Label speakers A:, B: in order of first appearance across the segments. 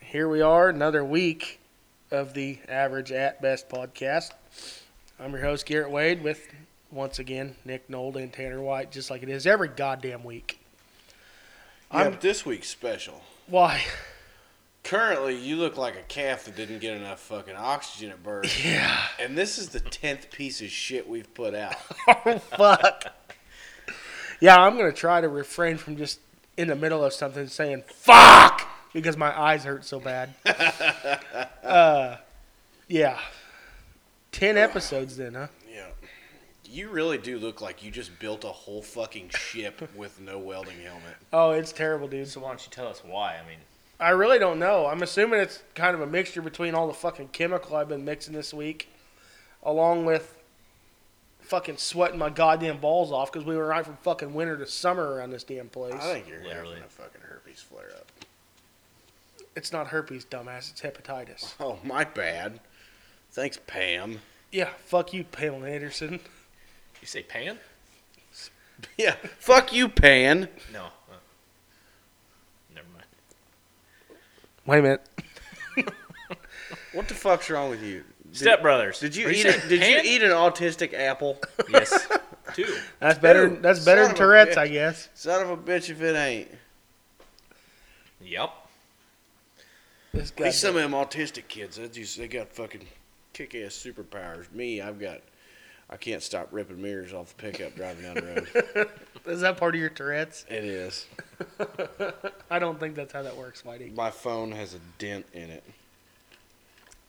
A: here we are, another week of the Average at Best podcast. I'm your host, Garrett Wade, with once again Nick Nold and Tanner White, just like it is every goddamn week.
B: I'm this week's special.
A: Why?
B: Currently, you look like a calf that didn't get enough fucking oxygen at birth,
A: Yeah.
B: and this is the tenth piece of shit we've put out.
A: Oh, fuck. yeah, I'm going to try to refrain from just in the middle of something saying fuck because my eyes hurt so bad. uh, yeah. 10 episodes then, huh?
B: Yeah, you really do look like you just built a whole fucking ship with no welding helmet.
A: Oh, it's terrible, dude.
C: So why don't you tell us why? I mean,
A: I really don't know. I'm assuming it's kind of a mixture between all the fucking chemical I've been mixing this week, along with fucking sweating my goddamn balls off because we were right from fucking winter to summer around this damn place.
B: I think you're
C: Literally.
B: having a fucking herpes flare up.
A: It's not herpes, dumbass. It's hepatitis.
B: Oh my bad. Thanks, Pam.
A: Yeah, fuck you, Pamela Anderson.
C: you say pan?
B: Yeah, fuck you, Pan.
C: No. Uh, never mind.
A: Wait a minute.
B: What the fuck's wrong with you? Did,
C: Step Brothers.
B: Did you
C: Are
B: eat?
C: saying
B: A, did
C: pan?
B: you eat an autistic apple?
C: Yes. Two.
A: That's better.
B: Dude,
A: that's better than
B: son of a
A: Tourette's,
B: bitch.
A: I guess.
B: Son of a bitch, if it ain't.
C: Yep.
A: This
B: At
A: guy.
B: least some of them autistic kids, they just they got fucking kick ass superpowers. Me, I've got I can't stop ripping mirrors off the pickup driving down the road.
A: Is that part of your Tourette's?
B: it is.
A: I don't think that's how that works, Whitey.
B: My phone has a dent in it.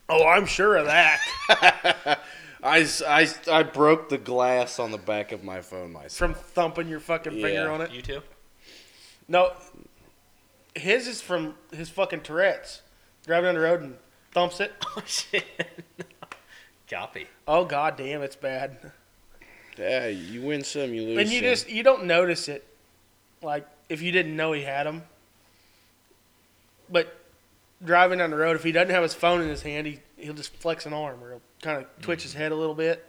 A: Oh, I'm sure of that.
B: I, s- I s- I broke the glass on the back of my phone myself.
A: From thumping your fucking finger
B: Yeah.
A: on it.
C: You two?
A: No, his is from his fucking Tourette's. Driving down the road and thumps it.
C: Oh, shit. Copy.
A: Oh god damn, it's bad.
B: Yeah, you win some, you lose
A: and you
B: some.
A: just you don't notice it, like if you didn't know he had them. But driving down the road, if he doesn't have his phone in his hand, he he'll just flex an arm or he'll kind of twitch his head a little bit.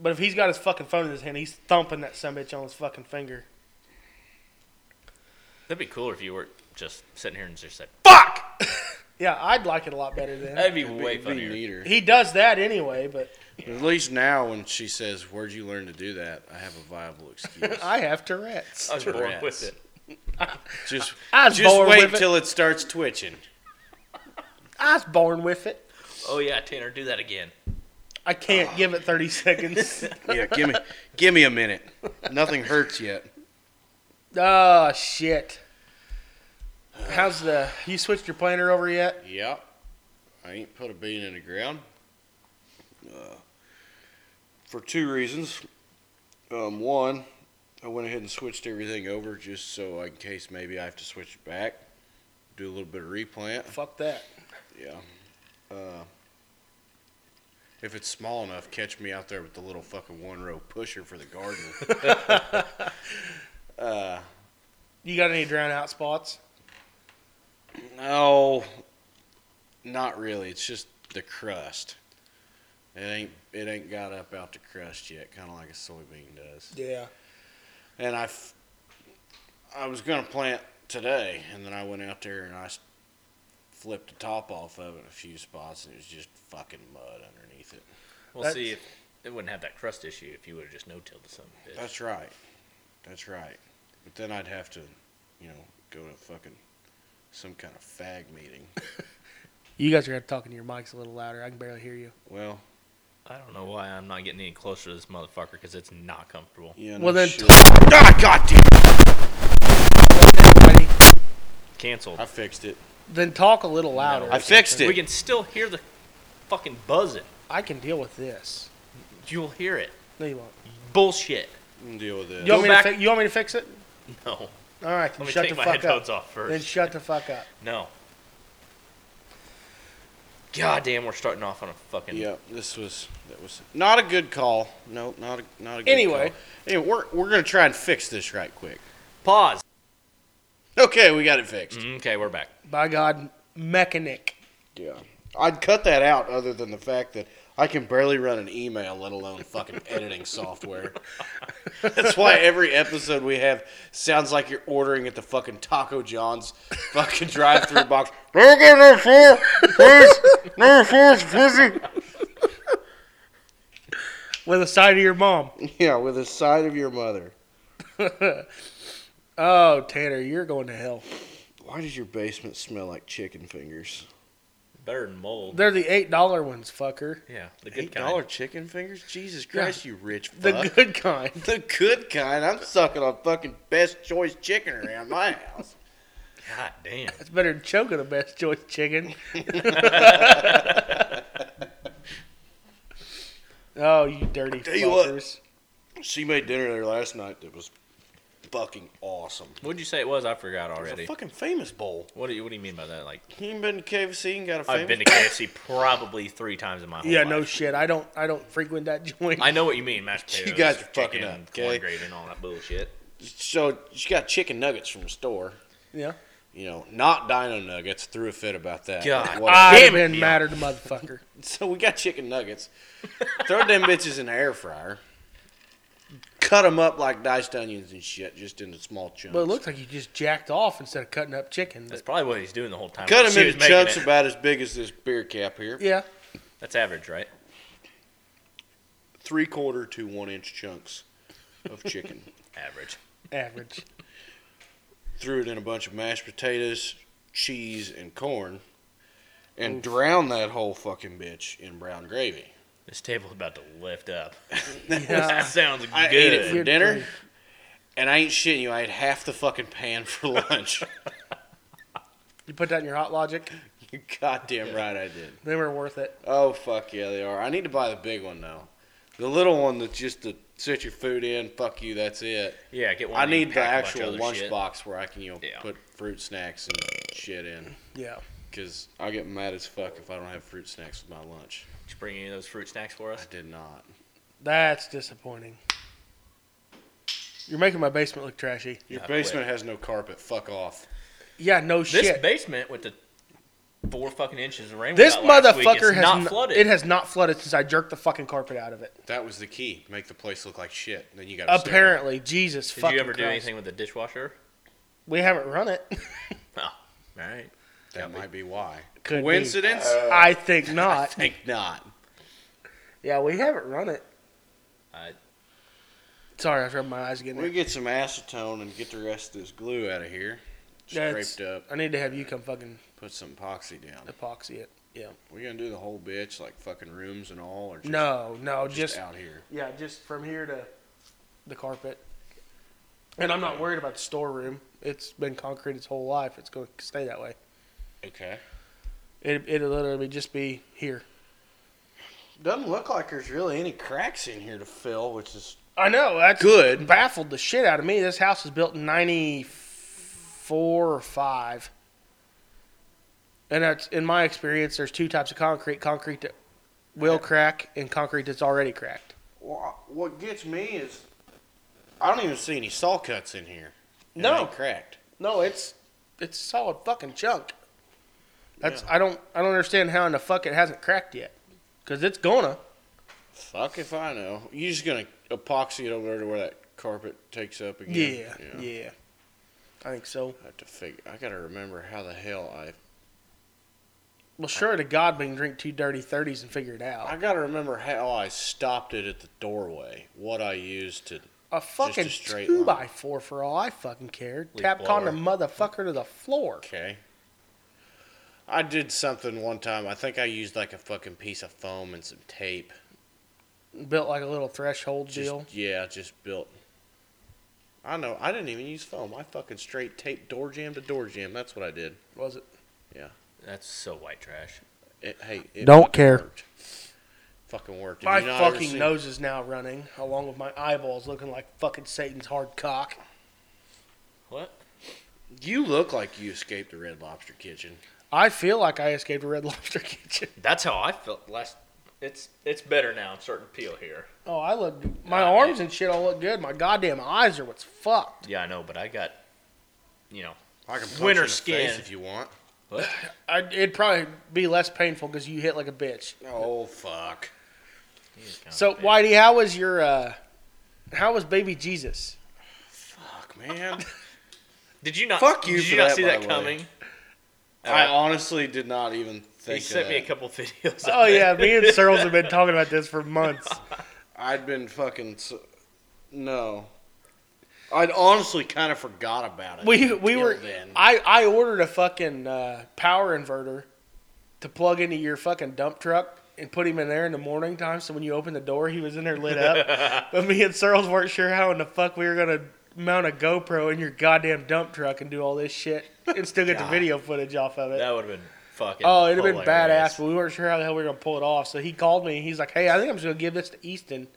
A: But if he's got his fucking phone in his hand, he's thumping that some bitch on his fucking finger.
C: That'd be cooler if you were just sitting here and just said,
A: Fuck. yeah, I'd like it a lot better than
C: that'd be
B: It'd be-
C: way
B: it'd be
C: funnier.
B: neater.
A: he does that anyway. But
B: At least now, when she says, "Where'd you learn to do that?" I have a viable excuse.
A: I have Tourette's.
C: I was born
B: Tourette's.
C: with it.
B: just
A: I was
B: just
A: born
B: wait
A: with it.
B: till it starts twitching.
A: I was born with it.
C: Oh, yeah, Tanner, do that again.
A: I can't give it 30 seconds.
B: Yeah, give me give me a minute. Nothing hurts yet.
A: oh, shit. How's the. You switched your planter over yet?
B: Yep. I ain't put a bean in the ground. Uh, for two reasons. Um, one, I went ahead and switched everything over just so in case maybe I have to switch it back, do a little bit of replant.
A: Fuck that.
B: Yeah. Uh, if it's small enough, catch me out there with the little fucking one row pusher for the garden. uh,
A: You got any drown out spots?
B: No, not really. It's just the crust. It ain't it ain't got up out the crust yet, kind of like a soybean does.
A: Yeah.
B: And I, f- I was gonna plant today, and then I went out there and I s- flipped the top off of it in a few spots, and it was just fucking mud underneath it.
C: We'll
A: That's-
C: see if it wouldn't have that crust issue if you would have just no tilled some bitch.
B: That's right, that's right. But then I'd have to, you know, go to fucking some kind of fag meeting.
A: You guys are going to talk into your mics a little louder. I can barely hear you.
B: Well,
C: I don't know why I'm not getting any closer to this motherfucker because it's not comfortable.
B: yeah.
A: Well, then
B: ah, goddamn!
A: Ready?
C: Canceled.
B: I fixed it.
A: Then talk a little louder.
B: I fixed it.
C: We can still hear the fucking buzzing.
A: I can deal with this.
C: You'll hear it.
A: No, you won't.
C: Bullshit.
B: can deal with this.
A: You want, me to
C: back-
A: fi- you want me to fix it?
C: No.
A: All right, then
C: Let me
A: shut
C: take
A: the
C: my
A: fuck up.
C: headphones off first.
A: Then shut the fuck up.
C: no. God damn, we're starting off on a fucking.
B: Yeah, this was that was not a good call. No, not a not a good
A: Anyway.
B: call. Anyway, we're we're gonna try and fix this right quick.
C: Pause. Mm,
B: Okay, we got it fixed.
C: Okay, we're back.
A: By God, mechanic.
B: Yeah, I'd cut that out, other than the fact that I can barely run an email, let alone fucking editing software. That's why every episode we have sounds like you're ordering at the fucking Taco John's fucking drive-through box. Burger four, please. No four's busy.
A: with a side of your mom.
B: Yeah, with the side of your mother.
A: Oh, Tanner, you're going to hell.
B: Why does your basement smell like chicken fingers?
C: Better than mold.
A: They're the eight dollar ones, fucker.
C: yeah, the good
B: Eight
C: kind.
B: dollar chicken fingers? Jesus
A: Yeah.
B: Christ, you rich fuck.
A: The good kind.
B: The good kind. I'm sucking on fucking best choice chicken around my house.
C: God damn.
A: It's better than choking a best choice chicken. oh, you dirty
B: Tell
A: fuckers.
B: you what. She made dinner there last night that was fucking awesome.
C: What'd you say it was? I
B: It
C: forgot
B: was a
C: already.
B: fucking famous bowl.
C: What do you What do you mean by that? Like
B: You ain't been to KFC and got a famous
C: I've been to KFC probably three times in Oh my whole
A: Yeah,
C: life.
A: no shit. I don't. I don't frequent that joint.
C: I know what you mean, mashed
B: You
C: potatoes.
B: guys are fucking
C: chicken,
B: up,
C: corn
B: okay?
C: gravy and all that bullshit.
B: So she got chicken nuggets from the store.
A: yeah.
B: You know, not dino nuggets. Threw a fit about that.
C: God.
B: Whatever.
A: I
C: Damn
A: damn
C: it,
A: been
C: Neil.
A: mattered, motherfucker.
B: So we got chicken nuggets. Throw them bitches in the air fryer. Cut them up like diced onions and shit, just into small chunks.
A: But it looks like you just jacked off instead of cutting up chicken.
C: That's probably what he's doing the whole time.
B: Cut
C: She
B: them
C: was
B: into
C: making
B: chunks
C: it.
B: about as big as this beer cap here.
A: yeah.
C: That's average, right?
B: Three quarter to one inch chunks of chicken.
C: Average.
A: Average.
B: Threw it in a bunch of mashed potatoes, cheese, and corn, and drowned that whole fucking bitch in brown gravy.
C: This table's about to lift up. that
A: Yeah.
C: sounds
B: I
C: good.
B: ate it for
A: Good
B: dinner,
A: grief.
B: and I ain't shitting you. I had half the fucking pan for lunch.
A: You put that in your hot logic.
B: You're goddamn right, I did.
A: They were worth it.
B: Oh fuck yeah, they are. I need to buy the big one though. The little one that's just to sit your food in. Fuck you, that's it.
C: Yeah, get one.
B: I
C: of these
B: need the
C: pack a bunch of
B: actual
C: other
B: lunch
C: shit.
B: box where I can you know
C: Yeah.
B: put fruit snacks and shit in.
A: Yeah.
B: Cause I get mad as fuck if I don't have fruit snacks with my lunch.
C: Did you bring any of those fruit snacks for
B: I
C: us?
B: did not.
A: That's disappointing. You're making my basement look trashy.
B: Your
C: I quit.
B: basement has no carpet. Fuck off.
A: Yeah. No
C: This
A: shit.
C: basement with the four fucking inches of rain. we
A: This
C: got last week,
A: motherfucker
C: it's
A: has
C: not
A: n-
C: flooded.
A: It has not flooded since I jerked the fucking carpet out of it.
B: That was the key. Make the place look like shit. Then you got
A: Apparently, Jesus
C: Did
A: fucking
C: you ever do
A: Christ.
C: anything with the dishwasher?
A: We haven't run it.
C: All right.
B: That might be why.
A: Could be. Uh,
B: Coincidence?
A: I think not.
B: think not.
A: yeah, we haven't run it.
C: I-
A: Sorry, I was rubbing my eyes again.
B: We
A: there.
B: get some acetone and get the rest of this glue out of here.
A: That's-
B: Scraped up.
A: I need to have you come fucking
B: Put some epoxy down.
A: epoxy it.
B: We gonna do the whole bitch, like fucking rooms and all, or just,
A: no, no,
B: just,
A: just,
B: out here?
A: yeah, just from here to the carpet. And I'm not worried about the storeroom. It's been concrete its whole life. It's going to stay that way.
B: Okay.
A: It, it'll literally just be here.
B: Doesn't look like there's really any cracks in here to fill, which is
A: I know. That's
B: good.
A: baffled the shit out of me. This house was built in '94 or five, and that's in my experience. There's two types of concrete: concrete that will crack and concrete that's already cracked.
B: Wha- What gets me is I don't even see any saw cuts in here. It
A: No.
B: ain't cracked.
A: No, it's it's a solid fucking chunk. That's
B: Yeah.
A: I don't I don't understand how in the fuck it hasn't cracked yet, because it's gonna.
B: Fuck if I know. you just gonna epoxy it over there to where that carpet takes up
A: Yeah,
B: again.
A: yeah, I think so.
B: I have to figure. I gotta remember how the hell I.
A: Well, sure to God, we can drink two dirty thirties and figure it
B: I
A: out.
B: gotta remember how I stopped it at the doorway. What I used to
A: A fucking
B: straight
A: two
B: line.
A: by four for all I fucking care.
C: Leaf
A: Tap con the
C: blower.
A: motherfucker to the floor.
B: Okay. I did something one time. I think I used like a fucking piece of foam and some tape.
A: built like a little threshold
B: Just,
A: deal.
B: Yeah, just built. I know. I didn't even use foam. I fucking straight taped door jam to door jam. That's what I did.
A: Was it?
C: That's so white trash.
B: It, hey, it
A: Don't
B: fucking
A: care.
B: worked. Fucking worked. Have
A: My
B: you not ever
A: fucking
B: seen-
A: nose is now running, along with my eyeballs looking like fucking Satan's hard cock.
C: What?
B: You look like you escaped the Red Lobster kitchen.
A: I feel like I escaped a Red Lobster kitchen.
C: That's how I felt last. It's it's better now. I'm starting to peel here.
A: Oh, I look. My
C: God,
A: arms
C: man.
A: and shit all look good. My goddamn eyes are what's fucked.
C: Yeah, I know, but I got, you know,
B: I can punch
C: Winter
B: you in the
C: skin.
B: face if you want.
A: I, it'd probably be less painful because you hit like a bitch.
B: Oh fuck.
C: He is kinda
A: So,
C: big.
A: Whitey, how was your, uh, how was baby Jesus?
B: Fuck, man.
C: Did you not?
B: Fuck you
C: Did
B: for
C: you not
B: that,
C: see
B: by
C: that
B: the way.
C: coming?
B: I honestly did not even
C: He
B: think. of
C: sent me a
B: that.
C: couple videos.
A: Oh
C: of it.
A: yeah, me and Searles have been talking about this for months.
B: I'd been fucking. So, no. I'd honestly kind of forgot about it.
A: We we
B: until
A: were
B: Then.
A: I I ordered a fucking uh, power inverter to plug into your fucking dump truck and put him in there in the morning time. So when you open the door, he was in there lit up. but me and Searles weren't sure how in the fuck we were gonna mount a GoPro in your goddamn dump truck and do all this shit and still get the
C: God.
A: video footage off of it.
C: That would have been fucking.
A: Oh, it'd have been
C: hilarious.
A: badass, but we weren't sure how the hell we were gonna pull it off. So he called me. and He's like, "Hey, I think I'm just gonna give this to Easton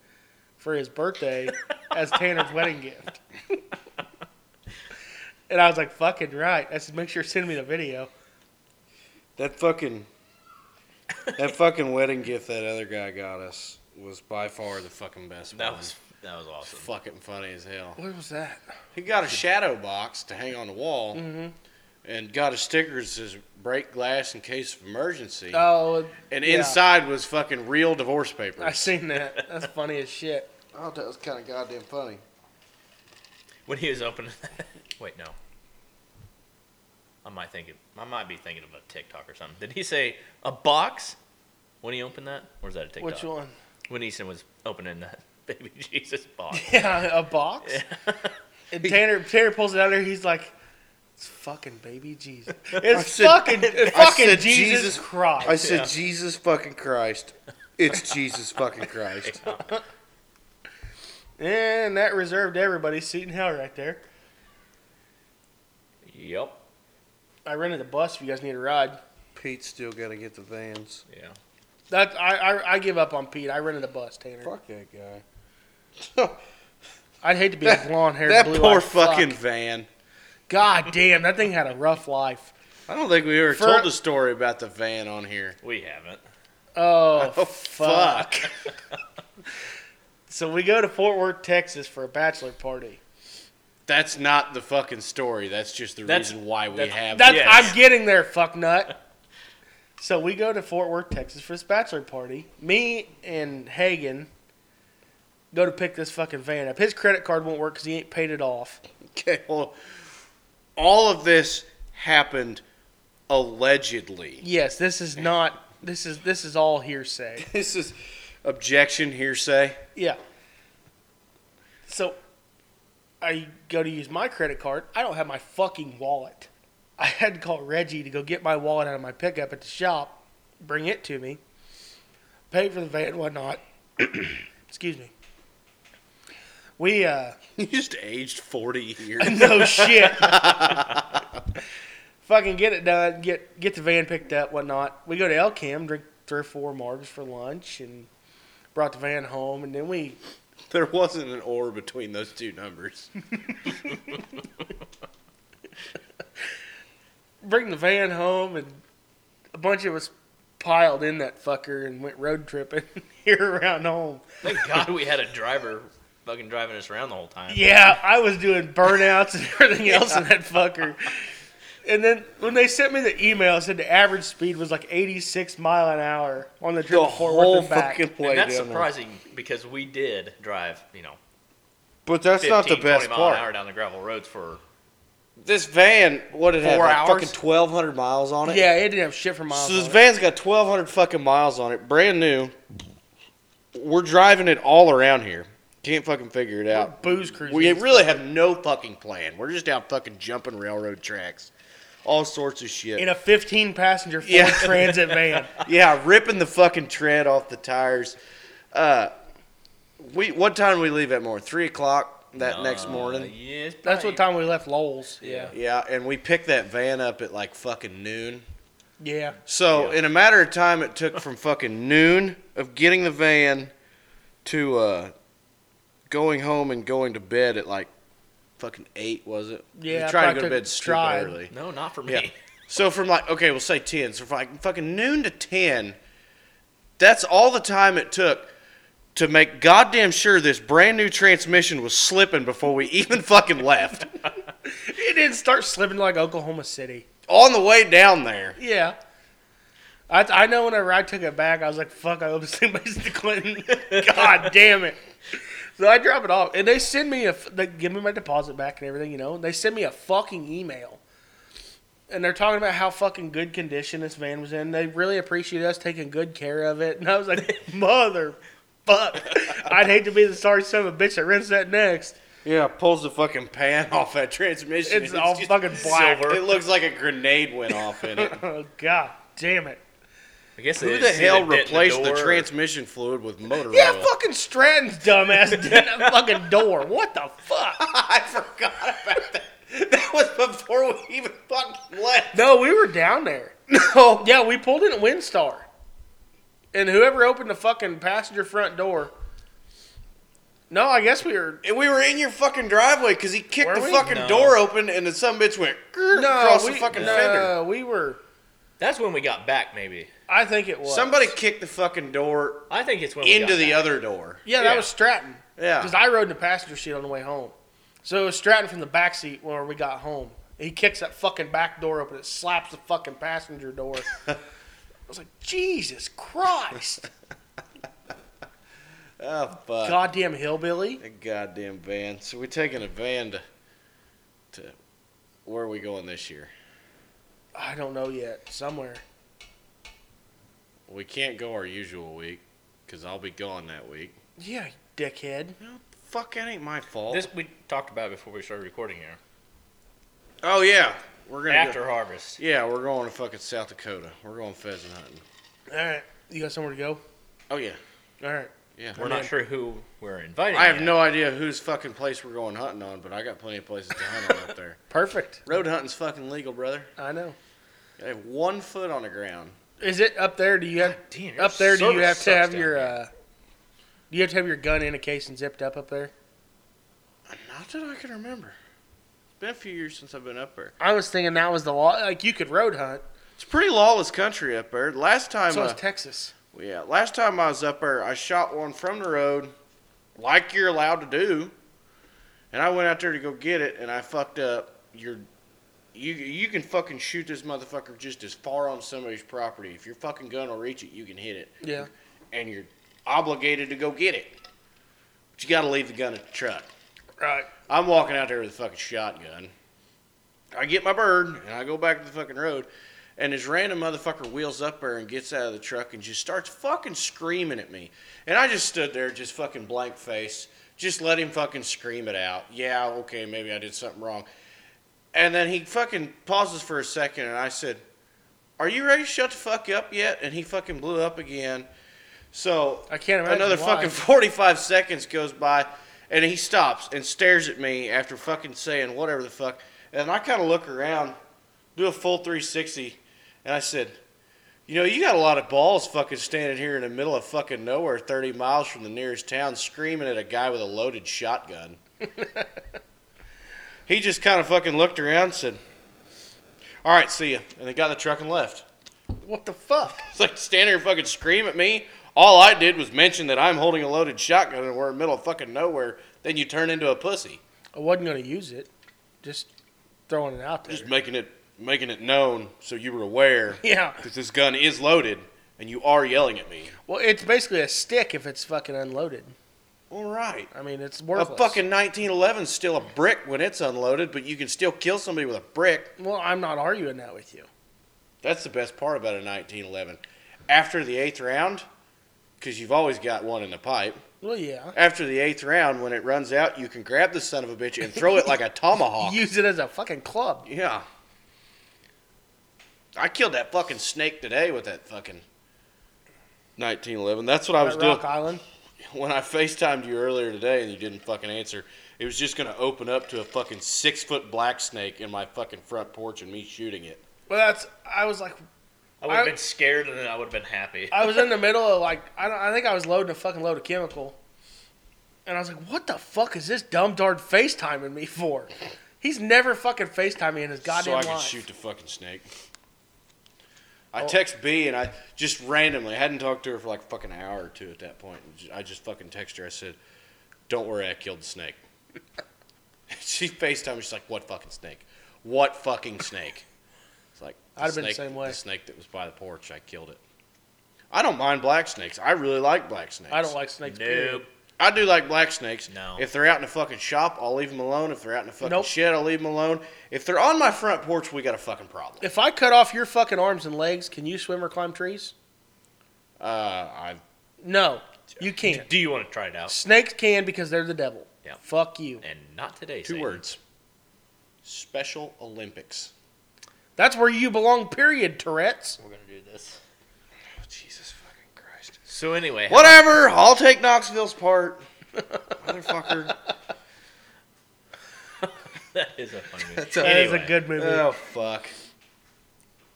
A: for his birthday as Tanner's wedding gift." and I was like, "Fucking right." I said, "Make sure you send me the video."
B: That fucking. That fucking wedding gift that other guy got us was by far the fucking best
C: That
B: one.
C: was that was awesome.
B: fucking funny as hell.
A: What was that?
B: He got a shadow box to hang on the wall
A: Mm-hmm.
B: and got a sticker that says break glass in case of emergency.
A: Oh,
B: and
A: yeah.
B: inside was fucking real divorce papers.
A: I seen that. That's funny as shit.
B: Oh, that was kind of goddamn funny.
C: When he was opening, wait, no. I might think it. I might be thinking of a TikTok or something. Did he say a box when he opened that, or is that a TikTok?
A: Which one?
C: When Easton was opening that baby Jesus box.
A: Yeah, a box. And Tanner, Tanner pulls it out there. He's like, "It's fucking baby Jesus. It's
B: said-
A: fucking, it's
B: I
A: fucking
B: said
A: Jesus,
B: Jesus-
A: Christ."
B: I said,
C: Yeah.
B: Jesus fucking Christ. It's Jesus fucking Christ.
A: And that reserved everybody's seat in hell right there.
C: Yep.
A: I rented a bus if you guys need a ride.
B: Pete's still gotta get the vans.
C: Yeah.
A: That I, I, I give up on Pete. I rented a bus, Tanner.
B: Fuck that guy.
A: I'd hate to be
B: That-
A: a blonde haired
B: that
A: blue
B: poor fucking van.
A: God damn, that thing had a rough life.
B: I don't think we ever
A: For-
B: told the story about the van on here.
C: We haven't.
A: Oh,
B: Oh,
A: fuck. so we go to Fort Worth, Texas for a bachelor party.
B: That's not the fucking story. That's just the
C: That's-
B: reason why we
C: that's-
B: have.
A: That's,
C: Yes.
A: I'm getting there, fuck nut. So we go to Fort Worth, Texas for this bachelor party. Me and Hagen go to pick this fucking van up. His credit card won't work because he ain't paid it off.
B: Okay, well, all of this happened allegedly.
A: Yes, this is not. This is this is all hearsay.
B: This is objection hearsay.
A: Yeah. So, I go to use my credit card. I don't have my fucking wallet. I had to call Reggie to go get my wallet out of my pickup at the shop, bring it to me, pay for the van and whatnot. Excuse me. We uh,
B: You just aged forty years.
A: no shit. Fucking get it done. Get get the van picked up, whatnot. We go to El Cam, drink three or four margs for lunch, and brought the van home. And then we
B: there wasn't an or between those two numbers.
A: bring the van home, and a bunch of us piled in that fucker and went road tripping here around home.
C: Thank God we had a driver fucking driving us around the whole time.
A: Yeah, I was doing burnouts and everything else in that fucker. And then when they sent me the email, it said the average speed was like 86 mile an hour on the trip
B: The
A: to Fort Worth
B: whole
A: and back.
B: fucking way
C: And that's
B: down there.
C: surprising because we did drive, you know,
B: But that's
C: 15,
B: not the
C: 20
B: best
C: mile an hour
B: part.
C: down the gravel roads for
B: This van, what it had,
C: Four
B: like
C: hours?
B: fucking twelve hundred miles on it.
A: Yeah, it didn't have shit for miles.
B: So this
A: on it.
B: van's got twelve hundred fucking miles on it, brand new. We're driving it all around here. Can't fucking figure it out.
A: booze cruising.
B: We really have no fucking plan. We're just out fucking jumping railroad tracks, all sorts of shit.
A: in a 15 passenger Ford
B: Yeah.
A: Transit van.
B: yeah, ripping the fucking tread off the tires. Uh, we what time do we leave at more? Three o'clock that next
C: Uh,
B: morning.
C: Yeah, it's
A: That's what
C: probably-
A: time we left Lowell's.
C: Yeah.
B: Yeah, and we picked that van up at like fucking noon.
A: Yeah.
B: So
C: Yeah.
B: in a matter of time, it took from fucking noon of getting the van to uh, going home and going to bed at like fucking eight, was it?
A: Yeah,
B: we
A: I
B: tried to go
A: probably
B: to
A: took-
B: bed stupid
A: tried.
B: early.
C: No, not for me.
B: Yeah. So from like okay, we'll say ten. So from like fucking noon to ten, that's all the time it took to make goddamn sure this brand new transmission was slipping before we even fucking left.
A: It didn't start slipping like Oklahoma City.
B: On the way down there,
A: Yeah. I, I know whenever I took it back, I was like, fuck, I hope this thing makes it to Clinton. God damn it. So I drop it off. And they send me a, f- they give me my deposit back and everything, you know. They send me a fucking email. And they're talking about how fucking good condition this van was in. They really appreciate us taking good care of it. And I was like, mother fuck. I'd hate to be the sorry son of a bitch that rents that next.
B: Yeah, pulls the fucking pan off that transmission.
A: It's all fucking black.
B: It looks like a grenade went off in it.
A: Oh, God damn it.
C: I guess they
B: Who the
C: just see
B: hell
C: dent in
B: replaced the,
C: door.
B: transmission fluid with motor
A: Yeah,
B: oil?
A: fucking Stratton's dumbass did that fucking door. What the fuck?
B: I forgot about that. That was before we even fucking left.
A: No, we were down there. No. Yeah, we pulled in at Windstar. And whoever opened the fucking passenger front door. No, I guess we were.
B: And we were in your fucking driveway because he kicked
A: Were
B: the
A: we?
B: fucking
C: No.
B: door open and then some bitch went grrr,
A: No,
B: across
A: we,
B: the fucking
A: no,
B: fender.
A: we were.
C: That's when we got back, maybe.
A: I think it was
B: Somebody kicked the fucking door
C: I think it's when we
B: into
C: got
B: the
C: back.
B: other door.
A: Yeah, that
C: Yeah.
A: was Stratton.
B: Yeah.
A: Because I rode in the passenger seat on the way home. So it was Stratton from the back seat where we got home. He kicks that fucking back door open. It slaps the fucking passenger door. I was like, Jesus Christ.
B: Oh, fuck.
A: Goddamn hillbilly.
B: That goddamn van. So we're taking a van to, to where are we going this year?
A: I don't know yet. Somewhere.
B: We can't go our usual week because I'll be gone that week.
A: Yeah, you dickhead.
B: No, fuck, that ain't my fault.
C: This we talked about before we started recording here.
B: oh yeah, we're gonna
C: After
B: Go,
C: harvest.
B: yeah, we're going to fucking South Dakota. We're going pheasant hunting.
A: All right. You got somewhere to go?
B: Oh yeah,
A: All right.
B: yeah.
C: We're not sure who we're inviting.
B: I have
C: yet.
B: no idea whose fucking place we're going hunting on, but I got plenty of places to hunt on up there.
A: Perfect.
B: Road hunting's fucking legal, brother.
A: I know.
B: I have one foot on the ground.
A: Is it up there? Do you have
C: Damn, your
A: up there? Do you
C: service
A: have to
C: sucks
A: have
C: down
A: your
C: here.
A: uh, do you have to have your gun in a case and zipped up up there?
B: Not that I can remember. It's been a few years since I've been up there.
A: I was thinking that was the law. Like you could road hunt.
B: It's pretty lawless country up there. Last time,
A: so
B: uh,
A: is Texas.
B: yeah, last time I was up there, I shot one from the road, like you're allowed to do, and I went out there to go get it, and I fucked up. You're, you you can fucking shoot this motherfucker just as far on somebody's property. If your fucking gun will reach it, you can hit it,
A: Yeah.
B: and you're obligated to go get it. But you got to leave the gun at the truck.
A: Right.
B: I'm walking out there with a fucking shotgun. I get my bird and I go back to the fucking road, and this random motherfucker wheels up there and gets out of the truck and just starts fucking screaming at me. And I just stood there, just fucking blank face, just let him fucking scream it out. Yeah, okay, maybe I did something wrong. And then he fucking pauses for a second, and I said, "Are you ready to shut the fuck up yet?" And he fucking blew up again. So
A: I can't imagine
B: another
A: why.
B: fucking 45 seconds goes by, and he stops and stares at me after fucking saying whatever the fuck. And I kind of look around, do a full 360, and I said, You know, you got a lot of balls fucking standing here in the middle of fucking nowhere, 30 miles from the nearest town, screaming at a guy with a loaded shotgun. he just kind of fucking looked around and said, All right, see ya. And they got in the truck and left.
A: What the fuck?
B: It's like stand here and fucking scream at me. All I did was mention that I'm holding a loaded shotgun and we're in the middle of fucking nowhere. Then you turn into a pussy,
A: I wasn't gonna use it. Just throwing it out there.
B: just making it making it known so you were aware
A: yeah.
B: that this gun is loaded and you are yelling at me.
A: Well, it's basically a stick if it's fucking unloaded.
B: All right.
A: I mean, it's
B: A
A: worthless.
B: fucking 1911's still a brick when it's unloaded, but you can still kill somebody with a brick.
A: Well, I'm not arguing that with you.
B: That's the best part about a 1911. After the eighth round, because you've always got one in the pipe.
A: Well, yeah.
B: After the eighth round, when it runs out, you can grab the son of a bitch and throw it like a tomahawk.
A: Use it as a fucking club.
B: Yeah. I killed that fucking snake today with that fucking 1911. That's what I was
A: At
B: doing
A: Rock Island.
B: when I FaceTimed you earlier today and you didn't fucking answer. It was just going to open up to a fucking six foot black snake in my fucking front porch and me shooting it.
A: Well, that's. I was like,
C: I would have
A: I-
C: been scared and then I would have been happy.
A: I was in the middle of like I, don't, I think I was loading a fucking load of chemical, and I was like, "What the fuck is this dumb dard FaceTiming me for?" He's never fucking FaceTiming in his
B: so I
A: goddamn
B: could
A: life.
B: shoot the fucking snake. I
A: Oh.
B: text B and I just randomly I hadn't talked to her for like fucking an hour or two at that point. and j- I just fucking text her. I said, "Don't worry, I killed the snake." she FaceTime. She's like, "What fucking snake? What fucking snake?" It's like
A: I'd have been the
B: snake,
A: same way.
B: snake that was by the porch, I killed it. I don't mind black snakes. I really like black snakes.
A: I don't like snakes.
C: Nope.
A: period.
B: I do like black snakes.
C: No.
B: If they're out in a fucking shop, I'll leave them alone. If they're out in a fucking
A: Nope.
B: shed, I'll leave them alone. If they're on my front porch, we got a fucking problem.
A: If I cut off your fucking arms and legs, can you swim or climb trees?
B: Uh, I
A: No, you can't.
C: Do you want to try it out?
A: Snakes can because they're the devil.
C: Yeah.
A: Fuck you.
C: And not today.
B: two
C: Satan.
B: words. Special Olympics.
A: That's where you belong. Period. Tourette's.
C: We're gonna do this.
B: Oh, Jesus fucking Christ.
C: So anyway, how-
B: Whatever. I'll take Knoxville's part. Motherfucker.
C: that is a funny movie.
B: That's a-
A: That is
C: Anyway.
A: a good movie.
B: oh fuck.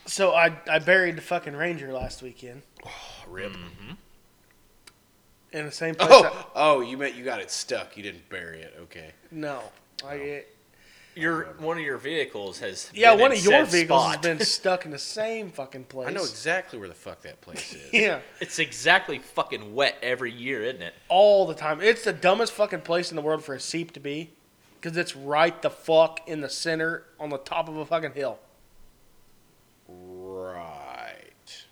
A: So I I buried the fucking ranger last weekend
B: Rip.
A: in the same place. I-
B: Oh, oh, you meant you got it stuck. You didn't bury it. Okay.
A: no. I,
C: Your one of your vehicles has
A: yeah,
C: been
A: one
C: in
A: of your
C: said
A: vehicles
C: spot.
A: has been stuck in the same fucking place.
B: I know exactly where the fuck that place is.
A: Yeah,
C: It's exactly fucking wet every year, isn't it?
A: all the time. It's the dumbest fucking place in the world for a seep to be, because it's right the fuck in the center on the top of a fucking hill.
B: Right.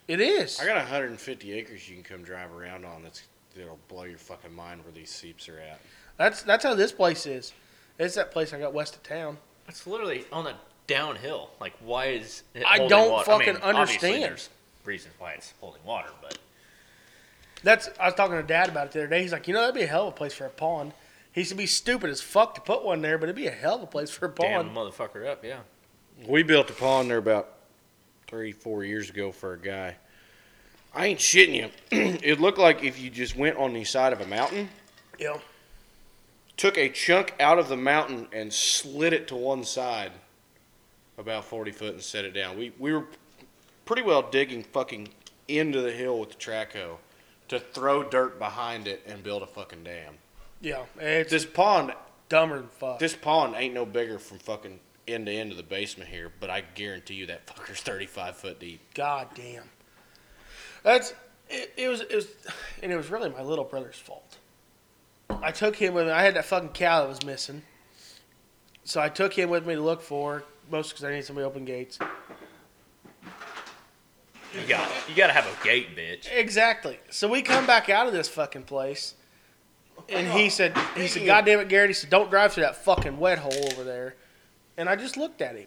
A: It is.
B: I got 150 acres you can come drive around on. That's that'll blow your fucking mind where these seeps are at.
A: That's that's how this place is. It's that place I got west of town.
C: It's literally on a downhill. Like, why is it
A: I
C: holding
A: don't
C: water?
A: fucking
C: obviously
A: understand.
C: There's reasons why it's holding water, but
A: That's I was talking to Dad about it the other day. He's like, you know, that'd be a hell of a place for a pond. He should be stupid as fuck to put one there, but it'd be a hell of a place for a
C: damn
A: pond.
C: motherfucker up, yeah.
B: We built a pond there about three, four years ago for a guy. I ain't shitting you. it looked like if you just went on the side of a mountain,
A: Yeah.
B: took a chunk out of the mountain and slid it to one side, about 40 foot, and set it down. We we were pretty well digging fucking into the hill with the track hoe to throw dirt behind it and build a fucking dam.
A: Yeah. It's
B: This pond
A: dumber than fuck.
B: This pond ain't no bigger from fucking end to end of the basement here, but I guarantee you that fucker's 35 foot deep.
A: God damn. That's it, it was it was and it was really my little brother's fault. I took him with me. I had that fucking cow that was missing. So I took him with me to look for her, mostly because I need somebody to open gates.
C: You got you got to have a gate, bitch.
A: Exactly. So we come back out of this fucking place, and he said, he said, God damn it, Garrett. He said, don't drive through that fucking wet hole over there. And I just looked at him.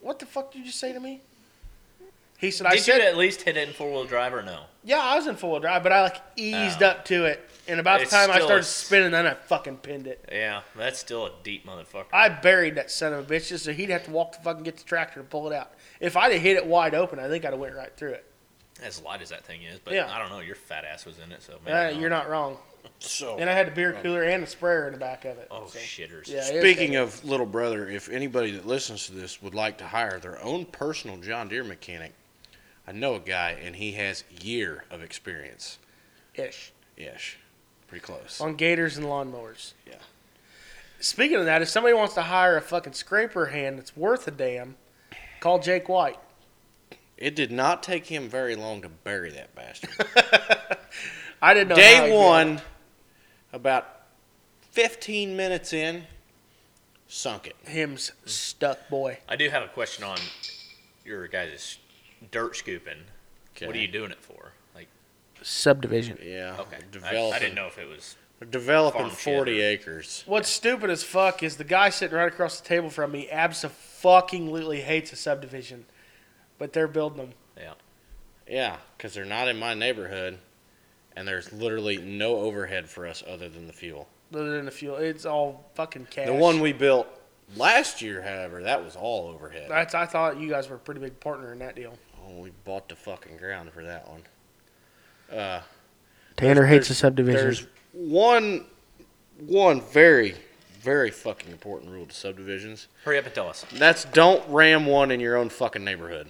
A: What the fuck did you just say to me? He said, I
C: Did
A: said,
C: you at least hit it in four wheel drive or no?
A: yeah, I was in four wheel drive, but I like eased
C: Oh.
A: up to it. And about
C: It's
A: the time I
C: still a
A: started
C: s-
A: spinning, then I fucking pinned it.
C: Yeah, that's still a deep motherfucker.
A: I buried that son of a bitch just so he'd have to walk the fucking get the tractor to pull it out. If I'd have hit it wide open, I think I'd have went right through it.
C: as light as that thing is, but
A: Yeah.
C: I don't know. Your fat ass was in it, so
A: Uh,
C: maybe
A: you're not wrong.
B: So,
A: And I had a beer cooler and a sprayer in the back of it.
C: Oh
A: so.
C: shitters!
A: Yeah, it is
B: speaking
A: heavy.
B: of little brother, if anybody that listens to this would like to hire their own personal John Deere mechanic, I know a guy and he has year of experience.
A: ish
B: Ish. Pretty close.
A: on gators and lawnmowers.
B: Yeah.
A: Speaking of that, if somebody wants to hire a fucking scraper hand that's worth a damn, call Jake White.
B: It did not take him very long to bury that bastard.
A: I didn't know. how he
B: Day
A: did it.
B: one, about 15 minutes in, sunk it.
A: him's stuck boy.
C: I do have a question on your guys' dirt scooping. What are you doing it for? Like,
A: Subdivision.
B: Yeah.
C: okay, I, I
B: Developing
C: didn't know if it was.
B: They're developing
C: Farm shit
B: 40 acres.
A: What's stupid as fuck is the guy sitting right across the table from me absolutely hates a subdivision, but they're building them.
C: Yeah,
B: Yeah, because they're not in my neighborhood, and there's literally no overhead for us other than the fuel.
A: Other than the fuel, it's all fucking cash.
B: The one we built last year, however, that was all overhead.
A: that's I thought you guys were a pretty big partner in that deal.
B: Oh, we bought the fucking ground for that one. Uh,
A: Tanner
B: hates
A: a subdivision.
B: there's one, one very, very fucking important rule to subdivisions.
C: hurry up and tell us.
B: That's don't ram one in your own fucking neighborhood.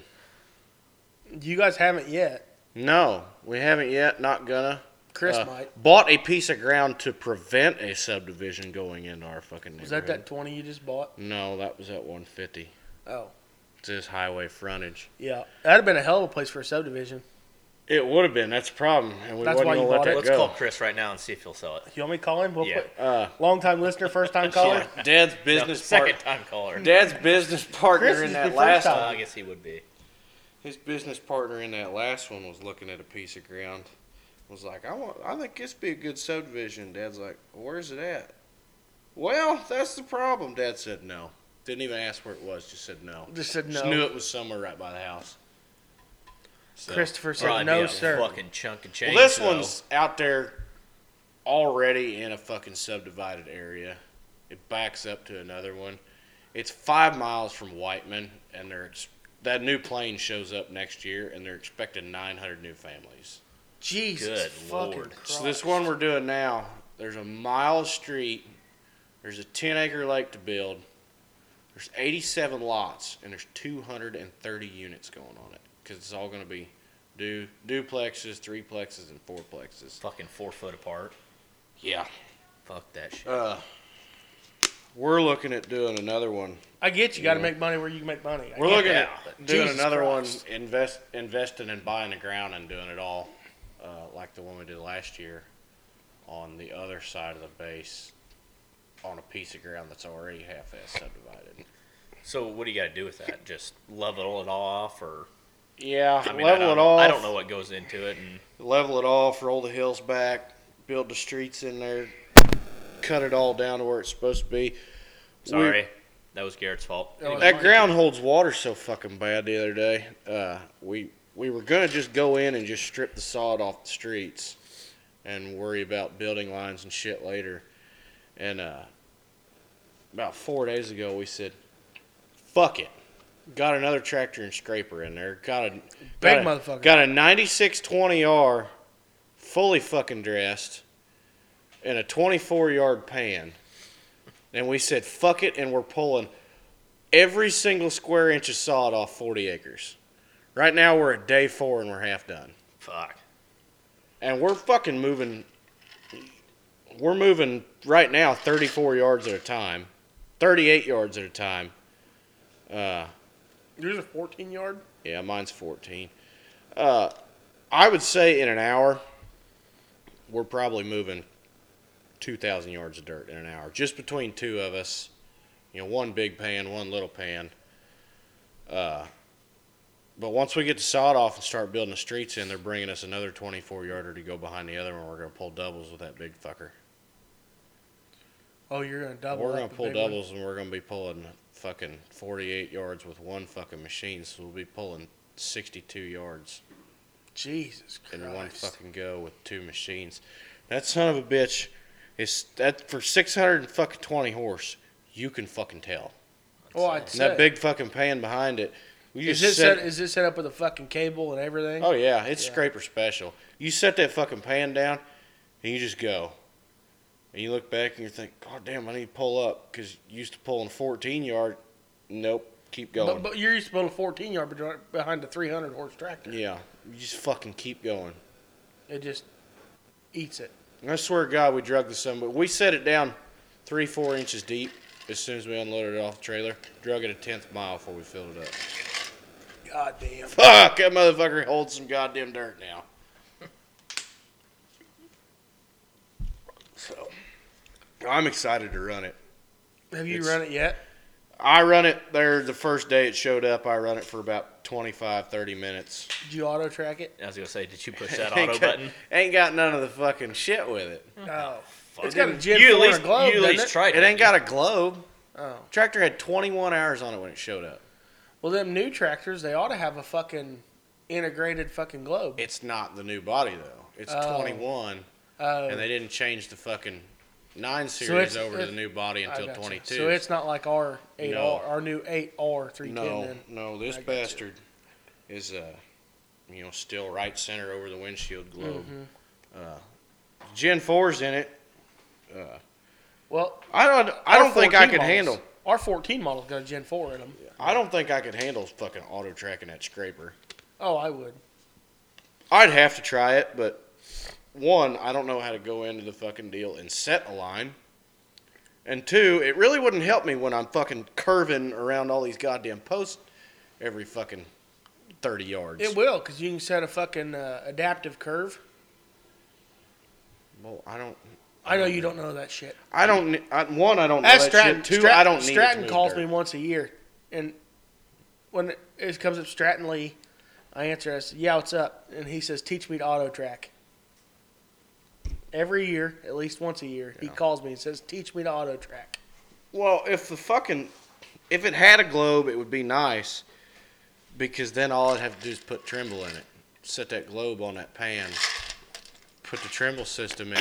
A: you guys haven't yet.
B: No, we haven't yet. Not gonna.
A: Chris
B: Uh,
A: might.
B: Bought a piece of ground to prevent a subdivision going into our fucking neighborhood.
A: Was that that twenty you just bought?
B: No, that was at 150.
A: Oh,
B: It's his highway frontage.
A: yeah. That'd have been a hell of a place for a subdivision.
B: It would have been. That's the problem. And we
A: That's
B: wasn't
A: why
B: gonna
A: you
B: let
A: bought
B: that
A: it.
C: Let's
B: go.
C: call Chris right now and see if he'll sell it.
A: You want me to call him? We'll
C: Yeah.
A: put-
B: Uh,
A: long time listener, first time caller.
B: yeah, Dad's business
C: Second
B: partner.
C: time caller.
B: Dad's business partner
A: Chris
B: in
A: is the
B: that
A: first
B: last
A: time.
C: Uh, I guess he would be.
B: his business partner in that last one was looking at a piece of ground. Was like, I want. I think this be a good subdivision. Dad's like, where's it at? Well, that's the problem. Dad said no. Didn't even ask where it was. Just said no.
A: Just said
B: Just
A: no.
B: knew it was somewhere right by the house. So-
A: Christopher said
C: Probably be
A: no,
C: a
A: sir.
C: Fucking chunk of change.
B: Well, this
C: though.
B: one's out there already in a fucking subdivided area. It backs up to another one. It's five miles from Whiteman, and they're ex- that new plane shows up next year, and they're expecting 900 new families.
A: Jesus
C: Good
A: fucking
C: Lord.
A: Christ.
B: So this one we're doing now, there's a mile of street, there's a 10 acre lake to build, there's 87 lots, and there's 230 units going on it because it's all going to be du- duplexes, threeplexes, and fourplexes.
C: fucking four foot apart.
B: Yeah.
C: Fuck that shit.
B: Uh, we're looking at doing another one.
A: I get you. Got to
B: Yeah.
A: make money where you can make money. I
B: We're
A: get
B: looking
A: that,
B: at
A: but
B: doing
A: Jesus
B: another
A: Christ.
B: one, invest, investing and buying the ground and doing it all, uh, like the one we did last year, on the other side of the base, on a piece of ground that's already half-ass subdivided.
C: So what do you got to do with that? Just level it off, or
B: Yeah,
C: I mean, I
B: level
C: don't,
B: it off.
C: I don't know what goes into it, and
B: Level it off, roll the hills back, build the streets in there, cut it all down to where it's supposed to be. We- Oh.
C: Sorry, that was Garrett's fault.
A: That was
B: That
A: mine.
B: ground holds water so fucking bad the other day. Uh, we we were gonna just go in and just strip the sod off the streets, and worry about building lines and shit later. And uh, about four days ago, we said, "Fuck it." Got another tractor and scraper in there. Got a got a,
A: motherfucker.
B: Got a ninety-six twenty R, fully fucking dressed, in a twenty-four yard pan. And we said, "Fuck it," and we're pulling every single square inch of sod off 40 acres. Right now we're at day four and we're half done.
C: Fuck.
B: And we're fucking moving. We're moving right now 34 yards at a time, 38 yards at a time. Uh,
A: Yours a 14 yard.
B: yeah, mine's 14. Uh, I would say in an hour, we're probably moving 2,000 yards of dirt in an hour, just between two of us. You know, one big pan, one little pan. Uh, but once we get the sod off and start building the streets in, they're bringing us another 24 yarder to go behind the other one. We're going to pull doubles with that big fucker.
A: Oh, you're gonna double.
B: We're
A: up
B: gonna
A: the
B: pull
A: big one.
B: doubles and we're gonna be pulling fucking forty-eight yards with one fucking machine, so we'll be pulling sixty-two yards
A: Jesus Christ.
B: in one fucking go with two machines. That son of a bitch is that for six hundred and fucking twenty horse. You can fucking tell.
A: Oh, I'd
B: And
A: say.
B: that big fucking pan behind it. We
A: Is this
B: just set,
A: set, is this set up with a fucking cable and everything?
B: oh yeah, it's
A: Yeah.
B: scraper special. You set that fucking pan down, and you just go. And you look back and you think, God damn, I need to pull up because used to pulling fourteen yard. Nope, keep going.
A: But, but you're used to building a 14 yard bej- behind a 300 horse tractor.
B: Yeah, you just fucking keep going.
A: It just eats it.
B: And I swear to God, we drug the sun, but we set it down three, four inches deep as soon as we unloaded it off the trailer. Drug it a tenth mile before we filled it up.
A: God damn.
B: Fuck, that motherfucker holds some goddamn dirt now. So, I'm excited to run it.
A: Have you
B: It's-
A: run it yet?
B: I run it there the first day it showed up. I run it for about 25, 30 minutes.
A: Did you auto track it?
C: I was gonna say, did you push that
B: Ain't
C: auto
B: got-
C: button?
B: Ain't got none of the fucking shit with it.
A: No.
C: Fuck.
A: It's got a Gen
C: you at
A: 4
C: least,
A: globe,
C: you at
A: doesn't
C: least
A: it?
C: tried it.
B: It ain't got a globe.
A: Oh.
B: Tractor had 21 hours on it when it showed up.
A: Well, them new tractors, they ought to have a fucking integrated fucking globe.
B: It's not the new body though. It's
A: Oh.
B: 21,
A: Oh.
B: and they didn't change the fucking nine series
A: it's-
B: over to
A: it-
B: the new body
A: I
B: until
A: gotcha.
B: 22.
A: So it's not like our 8R,
B: No.
A: our new 8R 310
B: no,
A: then.
B: no. This
A: I gotcha.
B: bastard is uh, you know, still right center over the windshield globe.
A: Mm-hmm.
B: Uh, Gen four's in it. Uh,
A: Well,
B: I don't. I don't
A: our
B: think I
A: 14
B: could
A: models-
B: handle.
A: Our 14 model's got a Gen 4 in them.
B: I don't think I could handle fucking auto tracking that scraper.
A: Oh, I would.
B: I'd have to try it, but one, I don't know how to go into the fucking deal and set a line. And two, it really wouldn't help me when I'm fucking curving around all these goddamn posts every fucking thirty yards.
A: It will, because you can set a fucking uh, adaptive curve.
B: well, I don't.
A: I know you don't know that shit.
B: I don't. ne- I, one, I don't know
A: That's
B: that
A: Stratton.
B: shit. Two,
A: Stratton,
B: I don't need. it to
A: Stratton
B: move
A: calls
B: dirt.
A: me once a year, and when it, it comes up Stratton Lee, I answer. I said, "Yeah, what's up?" And he says, "Teach me to auto track." Every year, at least once a year, he
B: Yeah.
A: calls me and says, "Teach me to auto track."
B: Well, if the fucking if it had a globe, it would be nice because then all I'd have to do is put Trimble in it. Set that globe on that pan, put the Trimble system in,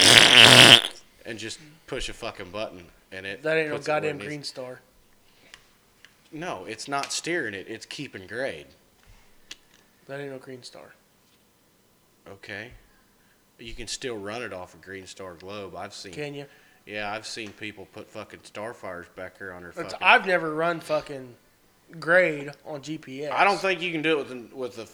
B: and just push a fucking button, and it.
A: That ain't no
B: puts it where it
A: goddamn
B: needs-
A: green star.
B: No, it's not steering it. It's keeping grade.
A: That ain't no green star.
B: Okay. You can still run it off a Green Star globe. I've seen.
A: Can you?
B: Yeah, I've seen people put fucking Starfires back there on their
A: It's-
B: fucking.
A: I've never run fucking grade on GPS.
B: I don't think you can do it with the, with the.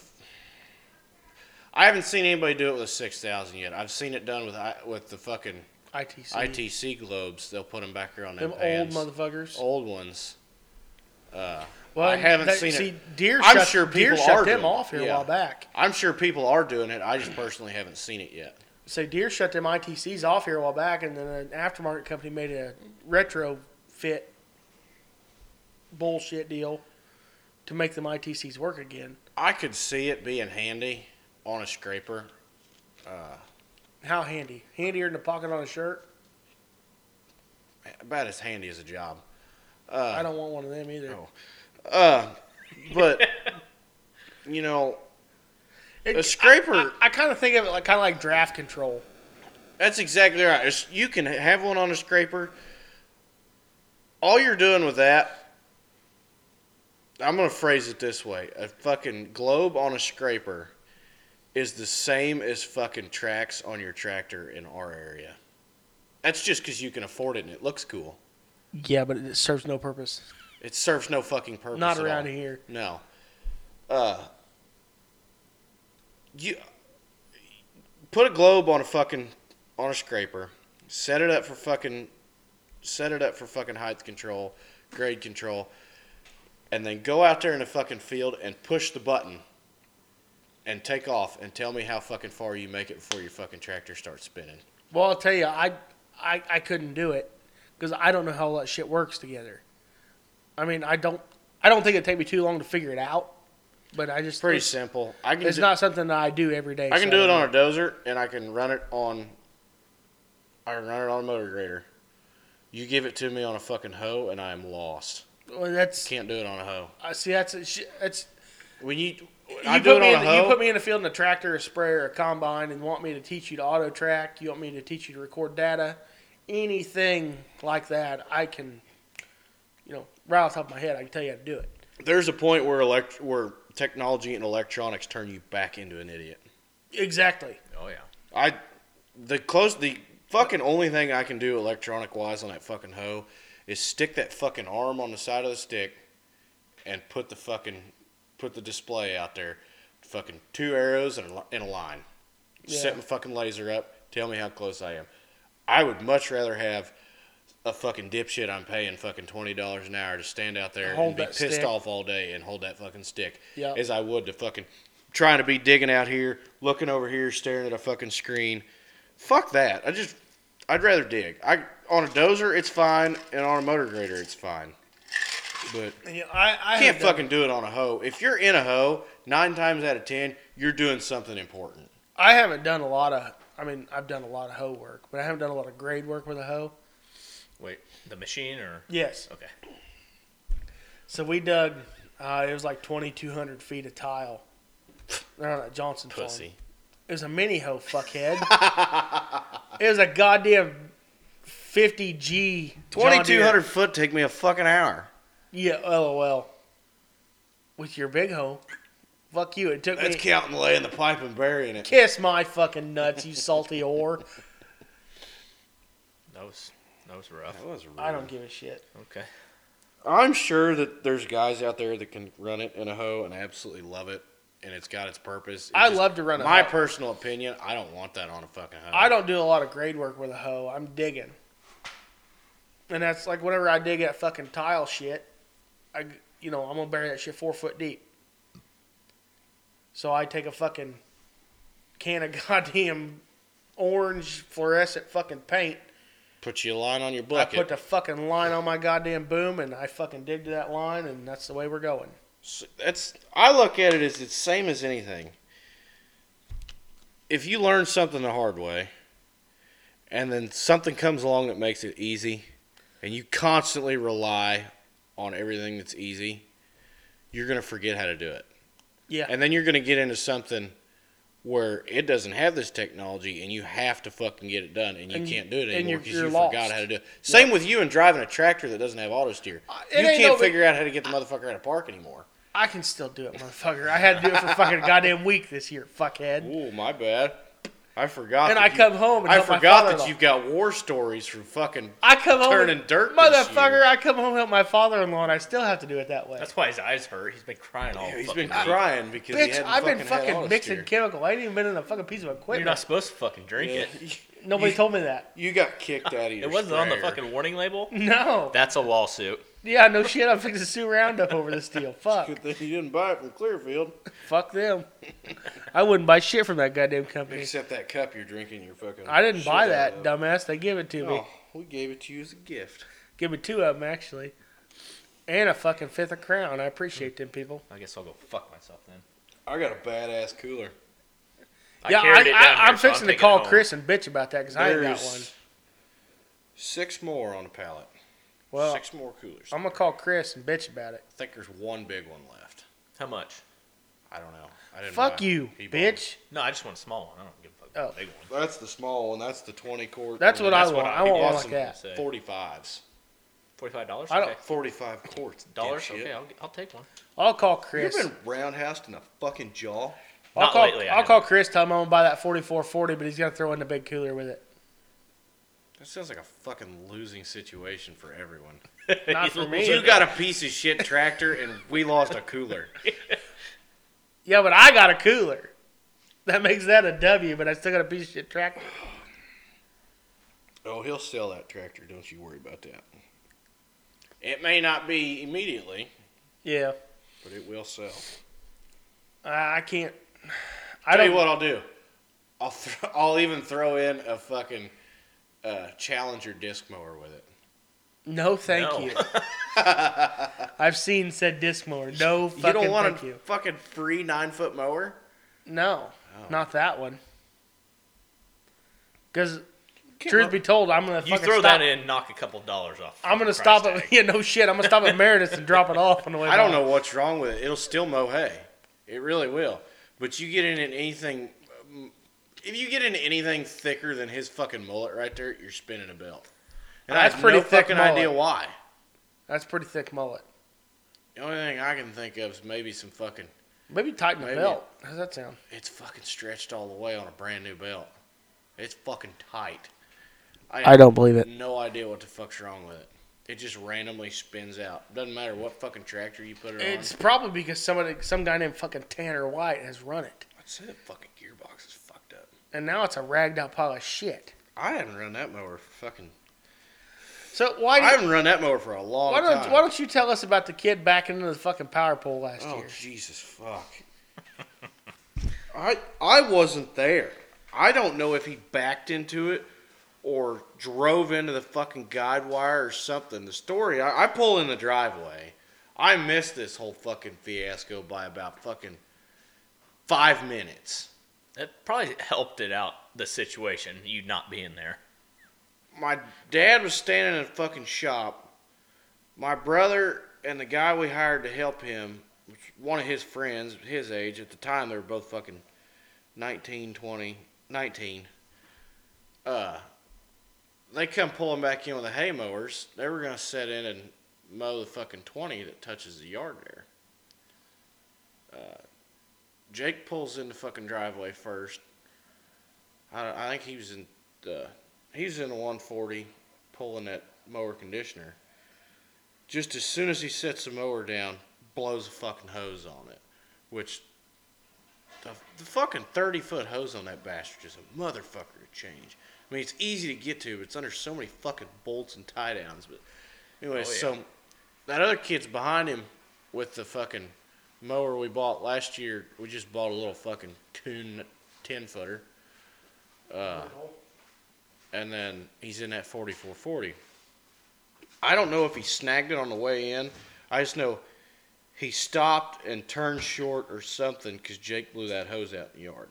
B: I haven't seen anybody do it with a six thousand yet. I've seen it done with I with the fucking
A: ITC.
B: ITC globes. They'll put them back here on them
A: Them
B: pans.
A: old motherfuckers.
B: old ones. Uh,
A: well,
B: Oh, I haven't
A: that-
B: seen it.
A: see, Deer
B: I'm
A: shut,
B: sure
A: deer
B: people
A: shut
B: are
A: them
B: doing it.
A: off here
B: Yeah.
A: a while back.
B: I'm sure people are doing it. I just personally haven't seen it yet.
A: So Deer shut them ITCs off here a while back, and then an aftermarket company made a retrofit bullshit deal to make them ITCs work again.
B: I could see it being handy on a scraper. Uh,
A: How handy? Handier than a pocket on a shirt?
B: about as handy as a job. Uh,
A: I don't want one of them either.
B: no. Uh, but you know,
A: It-
B: A scraper-
A: I, I, kind of think of it like kind of like draft control.
B: That's exactly right. It's- You can have one on a scraper. All you're doing with that, I'm going to phrase it this way a fucking globe on a scraper is the same as fucking tracks on your tractor in our area. That's just because you can afford it and it looks cool.
A: Yeah, but it serves no purpose.
B: It serves no fucking purpose.
A: Not
B: at
A: around
B: all.
A: here.
B: No. Uh, you put a globe on a fucking on a scraper, set it up for fucking set it up for fucking height control, grade control, and then go out there in the fucking field and push the button and take off and tell me how fucking far you make it before your fucking tractor starts spinning.
A: Well, I'll tell you, I I, I couldn't do it because I don't know how all that shit works together. I mean, I don't I don't think it'd take me too long to figure it out, but I just
B: Pretty
A: it's,
B: simple. I can
A: it's
B: do,
A: not something that I do every day.
B: I can
A: so
B: do it on a dozer and I can run it on I can run it on a motor grader. You give it to me on a fucking hoe and I am lost.
A: Well, that's
B: Can't do it on a hoe.
A: I see. That's a sh- that's
B: When you,
A: you
B: I do
A: put
B: it
A: me
B: on
A: in
B: a
A: the, you
B: hoe.
A: put me in a field in a tractor, a sprayer, a combine, and want me to teach you to auto track. You want me to teach you to record data, anything like that. I can, you know, right off the top of my head, I can tell you how to do it.
B: There's a point where elect where technology and electronics turn you back into an idiot.
A: Exactly.
C: Oh yeah.
B: I the close the fucking only thing I can do electronic wise on that fucking hoe is stick that fucking arm on the side of the stick and put the fucking put the display out there. Fucking two arrows and a, li- and a line.
A: Yeah.
B: Set my fucking laser up. Tell me how close I am. I would much rather have a fucking dipshit I'm paying fucking twenty dollars an hour to stand out there
A: Hold
B: and be
A: that
B: pissed
A: stick.
B: off all day and hold that fucking stick
A: Yeah.
B: as I would to fucking trying to be digging out here, looking over here, staring at a fucking screen. Fuck that. I just I'd rather dig. I on a dozer it's fine, and on a motor grader it's fine. But
A: Yeah, I, I
B: I
A: have
B: can't
A: done-
B: fucking do it on a hoe. If you're in a hoe, nine times out of ten, you're doing something important.
A: I haven't done a lot of. I mean, I've done a lot of hoe work, but I haven't done a lot of grade work with a hoe.
C: Wait, the machine or
A: Yes.
C: okay.
A: So we dug. Uh, it was like twenty two hundred feet of tile. They're on that Johnson farm.
B: Pussy.
A: It was a mini hoe, fuckhead. it was a goddamn fifty G.
B: Twenty two hundred foot take me a fucking hour.
A: Yeah. Lol. With your big hoe. Fuck you. It took
B: That's
A: me.
B: counting laying the pipe and burying it.
A: Kiss my fucking nuts, you salty whore.
C: That was that was rough.
B: That was rude.
A: I don't give a shit.
C: Okay.
B: I'm sure that there's guys out there that can run it in a hoe and absolutely love it, and it's got its purpose. It
A: I
B: just-
A: love to run a
B: My
A: hoe.
B: personal opinion, I don't want that on a fucking hoe.
A: I don't do a lot of grade work with a hoe. I'm digging. And that's like whenever I dig that fucking tile shit, I, you know, I'm going to bury that shit four foot deep. So I take a fucking can of goddamn orange fluorescent fucking paint.
B: Put you a line on your
A: I
B: bucket.
A: put the fucking line on my goddamn boom, and I fucking dig to that line, and that's the way we're going.
B: S- that's I look at it as it's same as anything. If you learn something the hard way, and then something comes along that makes it easy, and you constantly rely on everything that's easy, you're gonna forget how to do it.
A: Yeah.
B: And then you're gonna get into something where it doesn't have this technology, and you have to fucking get it done, and you
A: And you-
B: can't do it
A: and
B: anymore
A: you're-
B: because
A: you're
B: you
A: lost.
B: forgot how to do it. Same with you and driving a tractor that doesn't have auto steer.
A: Uh, it
B: You
A: ain't no
B: can't
A: big-
B: figure out how to get the motherfucker out of park anymore.
A: I can still do it, motherfucker. I had to do it for fucking a goddamn week this year, fuckhead.
B: Ooh, my bad. I forgot.
A: And
B: that
A: I
B: you-
A: come home and
B: I
A: help my
B: forgot
A: father-in-law.
B: that you've got war stories from fucking.
A: I come home
B: Turning
A: and-
B: dirt this
A: motherfucker.
B: year.
A: I come home and help my father-in-law, and I still have to do it that way.
C: That's why his eyes hurt. He's been crying all.
B: He's
C: fucking
B: been
C: night.
B: crying because he
A: Bitch,
B: hadn't
A: I've been
B: fucking had
A: fucking
B: auto
A: mixing
B: steer.
A: chemical. I ain't even been in a fucking piece of
C: You're not
A: equipment.
C: supposed to fucking drink it.
B: Yeah.
A: Nobody told me that.
B: You got kicked out of your.
C: It wasn't on the
B: sprayer.
C: fucking warning label.
A: No.
C: That's a lawsuit.
A: Yeah, no shit. I'm fixing to sue Roundup over this deal. Fuck.
B: Good thing you didn't buy it from Clearfield.
A: Fuck them. I wouldn't buy shit from that goddamn company.
B: Except that cup you're drinking, your fucking.
A: I didn't
B: shit
A: buy
B: out
A: that,
B: of.
A: dumbass. They give it to me.
B: Oh, we gave it to you as a gift.
A: Give me two of them, actually. And a fucking fifth of Crown. I appreciate them people.
C: I guess I'll go fuck myself then.
B: I got a badass cooler.
C: I
A: yeah, I,
C: carried it down
A: I,
C: here,
A: I'm
C: so
A: fixing to
C: taking it
A: call
C: home.
A: Chris and bitch about that because I ain't got
B: There's
A: one.
B: Six more on the pallet.
A: Well,
B: six more coolers.
A: I'm going to call Chris and bitch about it.
B: I think there's one big one left.
C: How much?
B: I don't know. I didn't.
A: Fuck
B: buy it.
A: you,
B: He bought it.
A: bitch.
C: No, I just want a small one. I don't give a fuck about
A: Oh.
C: a big one.
B: That's the small one. That's the twenty quart.
A: That's what I
C: That's
A: want.
C: what
A: I
C: I- he
A: want one
C: bought
A: like
B: some-
A: that.
C: Say,
B: Forty fives.
C: Forty-five dollars.
A: I don't-
C: Okay.
B: Forty-five quarts.
C: Dollars.
B: dipshit.
C: Okay, I'll, I'll take one.
A: I'll call
B: You've
A: Chris.
B: been roundhoused in the fucking jaw.
A: I'll
C: Not
A: call,
C: lately, I
A: I'll call Chris. Tell him I'm gonna buy that 4440, but he's gonna throw in the big cooler with it.
B: That sounds like a fucking losing situation for everyone.
A: Not for me.
B: You got a piece of shit tractor, and we lost a cooler.
A: Yeah, but I got a cooler. That makes that a W, but I still got a piece of shit tractor.
B: Oh, he'll sell that tractor. Don't you worry about that. It may not be immediately,
A: Yeah,
B: but it will sell.
A: I I can't. I
B: I tell
A: don't.
B: you what I'll do. I'll th- I'll even throw in a fucking uh, Challenger disc mower with it.
A: No, thank
C: No.
A: you. I've seen said disc mower. No fucking
B: you don't want
A: thank
B: a
A: you.
B: fucking free nine foot mower?
A: No,
B: Oh.
A: not that one. Because truth be told, I'm gonna
C: You
A: fucking
C: throw
A: stop.
C: that in, knock a couple dollars off.
A: I'm gonna
C: fucking
A: stop
C: price
A: at
C: tag.
A: yeah, no shit. I'm gonna stop at Meredith's and drop it off on the way.
B: I don't
A: back.
B: know what's wrong with it. It'll still mow hay. It really will. But you get in in anything, um, if you get into anything thicker than his fucking mullet right there, you're spinning a belt. And
A: That's
B: I have
A: pretty
B: no
A: thick
B: fucking
A: mullet.
B: idea why.
A: That's pretty thick mullet.
B: The only thing I can think of is maybe some fucking.
A: Maybe tighten the
B: Maybe.
A: belt. How's that sound?
B: It's fucking stretched all the way on a brand new belt. It's fucking tight.
A: I don't believe it.
B: No idea what the fuck's wrong with it. It just randomly spins out. Doesn't matter what fucking tractor you put it
A: It's
B: on.
A: probably because somebody, some guy named fucking Tanner White has run it,
B: I'd say the fucking gearbox is fucked up.
A: and now it's a ragged out pile of shit.
B: I haven't run that mower for fucking.
A: So why do
B: I
A: you,
B: haven't run that mower for a long
A: why don't
B: time.
A: why don't you tell us about the kid backing into the fucking power pole last
B: oh
A: year?
B: Jesus fuck! I I wasn't there. I don't know if he backed into it or drove into the fucking guide wire or something. The story I, I pull in the driveway. I missed this whole fucking fiasco by about fucking five minutes.
C: It probably helped it out the situation. You not being there.
B: my dad was standing in a fucking shop. My brother and the guy we hired to help him, which was one of his friends, his age at the time, they were both fucking 19, 20, 19. Uh, they come pulling back in with the hay mowers. They were gonna set in and mow the fucking 20 that touches the yard there. Uh, Jake pulls in the fucking driveway first. I, I think he was in the he's in a 140 pulling that mower conditioner. Just as soon as he sets the mower down, blows a fucking hose on it, which the, the fucking 30 foot hose on that bastard is a motherfucker to change. I mean, it's easy to get to, but it's under so many fucking bolts and tie downs. But anyway,
C: Oh, yeah.
B: so that other kid's behind him with the fucking mower we bought last year, we just bought a little fucking ten, 10 footer. Uh, and then he's in that 4440. I don't know if he snagged it on the way in. I just know he stopped and turned short or something because Jake blew that hose out in the yard.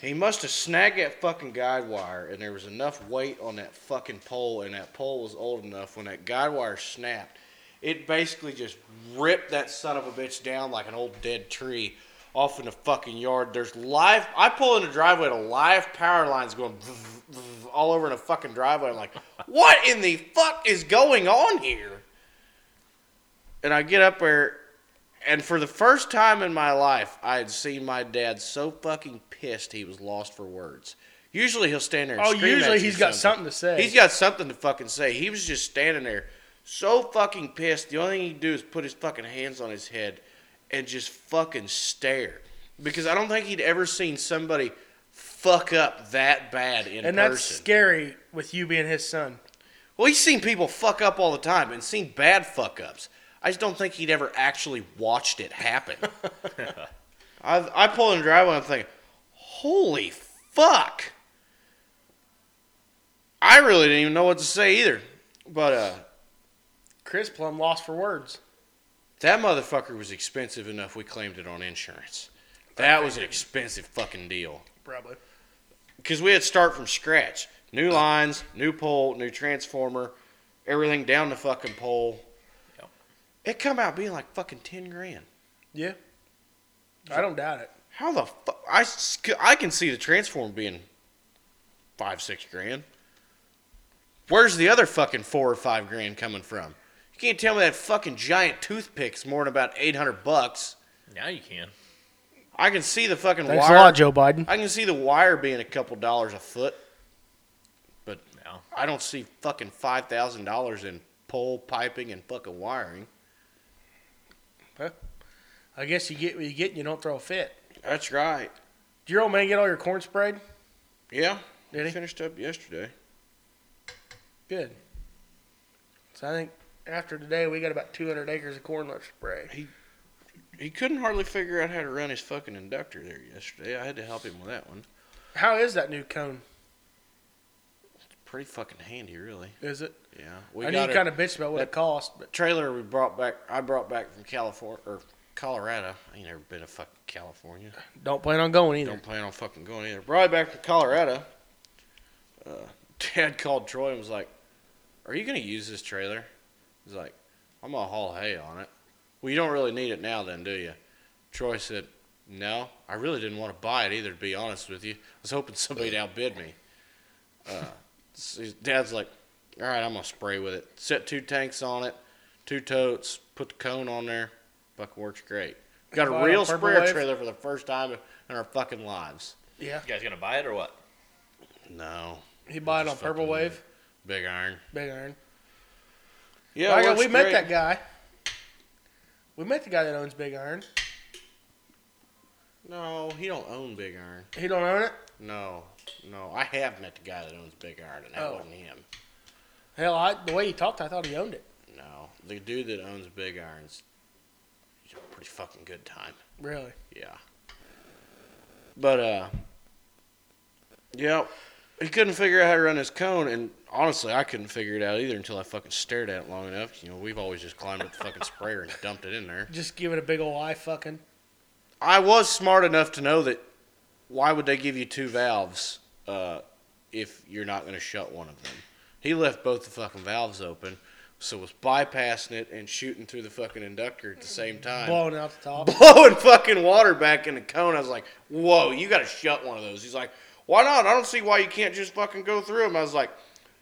B: He must have snagged that fucking guide wire, and there was enough weight on that fucking pole, and that pole was old enough. When that guide wire snapped, it basically just ripped that son of a bitch down like an old dead tree off in the fucking yard. There's live. I pull in the driveway, the live power lines going all over in the fucking driveway. I'm like, what in the fuck is going on here? And I get up there, and for the first time in my life, I had seen my dad so fucking pissed he was lost for words. Usually he'll stand there. And
A: Oh,
B: scream
A: usually
B: at you
A: he's got something to say.
B: He's got something to fucking say. He was just standing there, so fucking pissed. The only thing he'd do is put his fucking hands on his head and just fucking stare, because I don't think he'd ever seen somebody fuck up that bad in
A: and that's
B: person.
A: scary with you being his son.
B: Well, he's seen people fuck up all the time and seen bad fuck ups. I just don't think he'd ever actually watched it happen. I I pull in the driveway and I'm thinking, holy fuck. I really didn't even know what to say either. But uh,
A: Chris Plum lost for words.
B: that motherfucker was expensive enough we claimed it on insurance. That was an expensive fucking deal.
A: Probably.
B: because we had to start from scratch. New lines, new pole, new transformer, everything down the fucking pole.
C: Yep.
B: It come out being like fucking ten grand.
A: Yeah. I don't doubt it.
B: How the fuck? I, s- I can see the transformer being five six grand. Where's the other fucking four or five grand coming from? You can't tell me that fucking giant toothpick's more than about eight hundred bucks.
C: Now you can.
B: I can see the fucking
A: Thanks
B: wire.
A: a lot, Joe Biden.
B: I can see the wire being a couple dollars a foot.
C: Now
B: I don't see fucking five thousand dollars in pole piping and fucking wiring.
A: I guess you get what you get and you don't throw a fit.
B: That's right.
A: Did your old man get all your corn sprayed?
B: Yeah.
A: Did he?
B: Finished up yesterday.
A: Good. So I think after today we got about 200 acres of corn left to spray.
B: He couldn't hardly figure out how to run his fucking inductor there yesterday. I had to help him with that one.
A: How is that new cone?
B: Pretty fucking handy, really.
A: Is it?
B: Yeah. We
A: I know
B: got
A: you
B: a
A: kind of bitched about what it cost, but
B: trailer we brought back. I brought back from California or Colorado. I ain't never been to fucking California.
A: don't plan on going either.
B: Don't plan on fucking going either. Brought it back from Colorado. Uh, Dad called Troy and was like, "Are you gonna use this trailer?" He's like, "I'm gonna haul hay on it." Well, you don't really need it now, then, do you? Troy said, "No, I really didn't want to buy it either. To be honest with you, I was hoping somebody'd outbid me." Uh, so his Dad's like, "All right, I'm gonna spray with it. Set two tanks on it, two totes. Put the cone on there. Fucking works great." Got
A: Buy it
B: a
A: on
B: real
A: Purple
B: sprayer
A: Wave?
B: trailer for the first time in our fucking lives.
A: Yeah,
C: you guys gonna buy it or what?
B: No.
A: he bought it on
B: Just
A: Purple
B: fucking-
A: Wave,
B: Big iron.
A: Big Iron.
B: Yeah,
A: Like, we met that guy. We met the guy that owns Big Iron.
B: No, he don't own Big Iron.
A: He don't own it.
B: No, no, I have met the guy that owns Big Iron, and that
A: Oh.
B: wasn't him.
A: Hell, I, the way he talked, I thought he owned it.
B: No, the dude that owns Big Iron's he's a pretty fucking good time.
A: Really?
B: Yeah. But uh, yeah, he couldn't figure out how to run his cone, and honestly, I couldn't figure it out either until I fucking stared at it long enough. You know, we've always just climbed up the fucking sprayer and dumped it in there.
A: Just give it a big ol' eye fucking.
B: I was smart enough to know that why would they give you two valves uh, if you're not going to shut one of them? He left both the fucking valves open, so was bypassing it and shooting through the fucking inductor at the same time.
A: Blowing out the top.
B: Blowing fucking water back in the cone. I was like, whoa, you got to shut one of those. He's like, why not? I don't see why you can't just fucking go through them. I was like,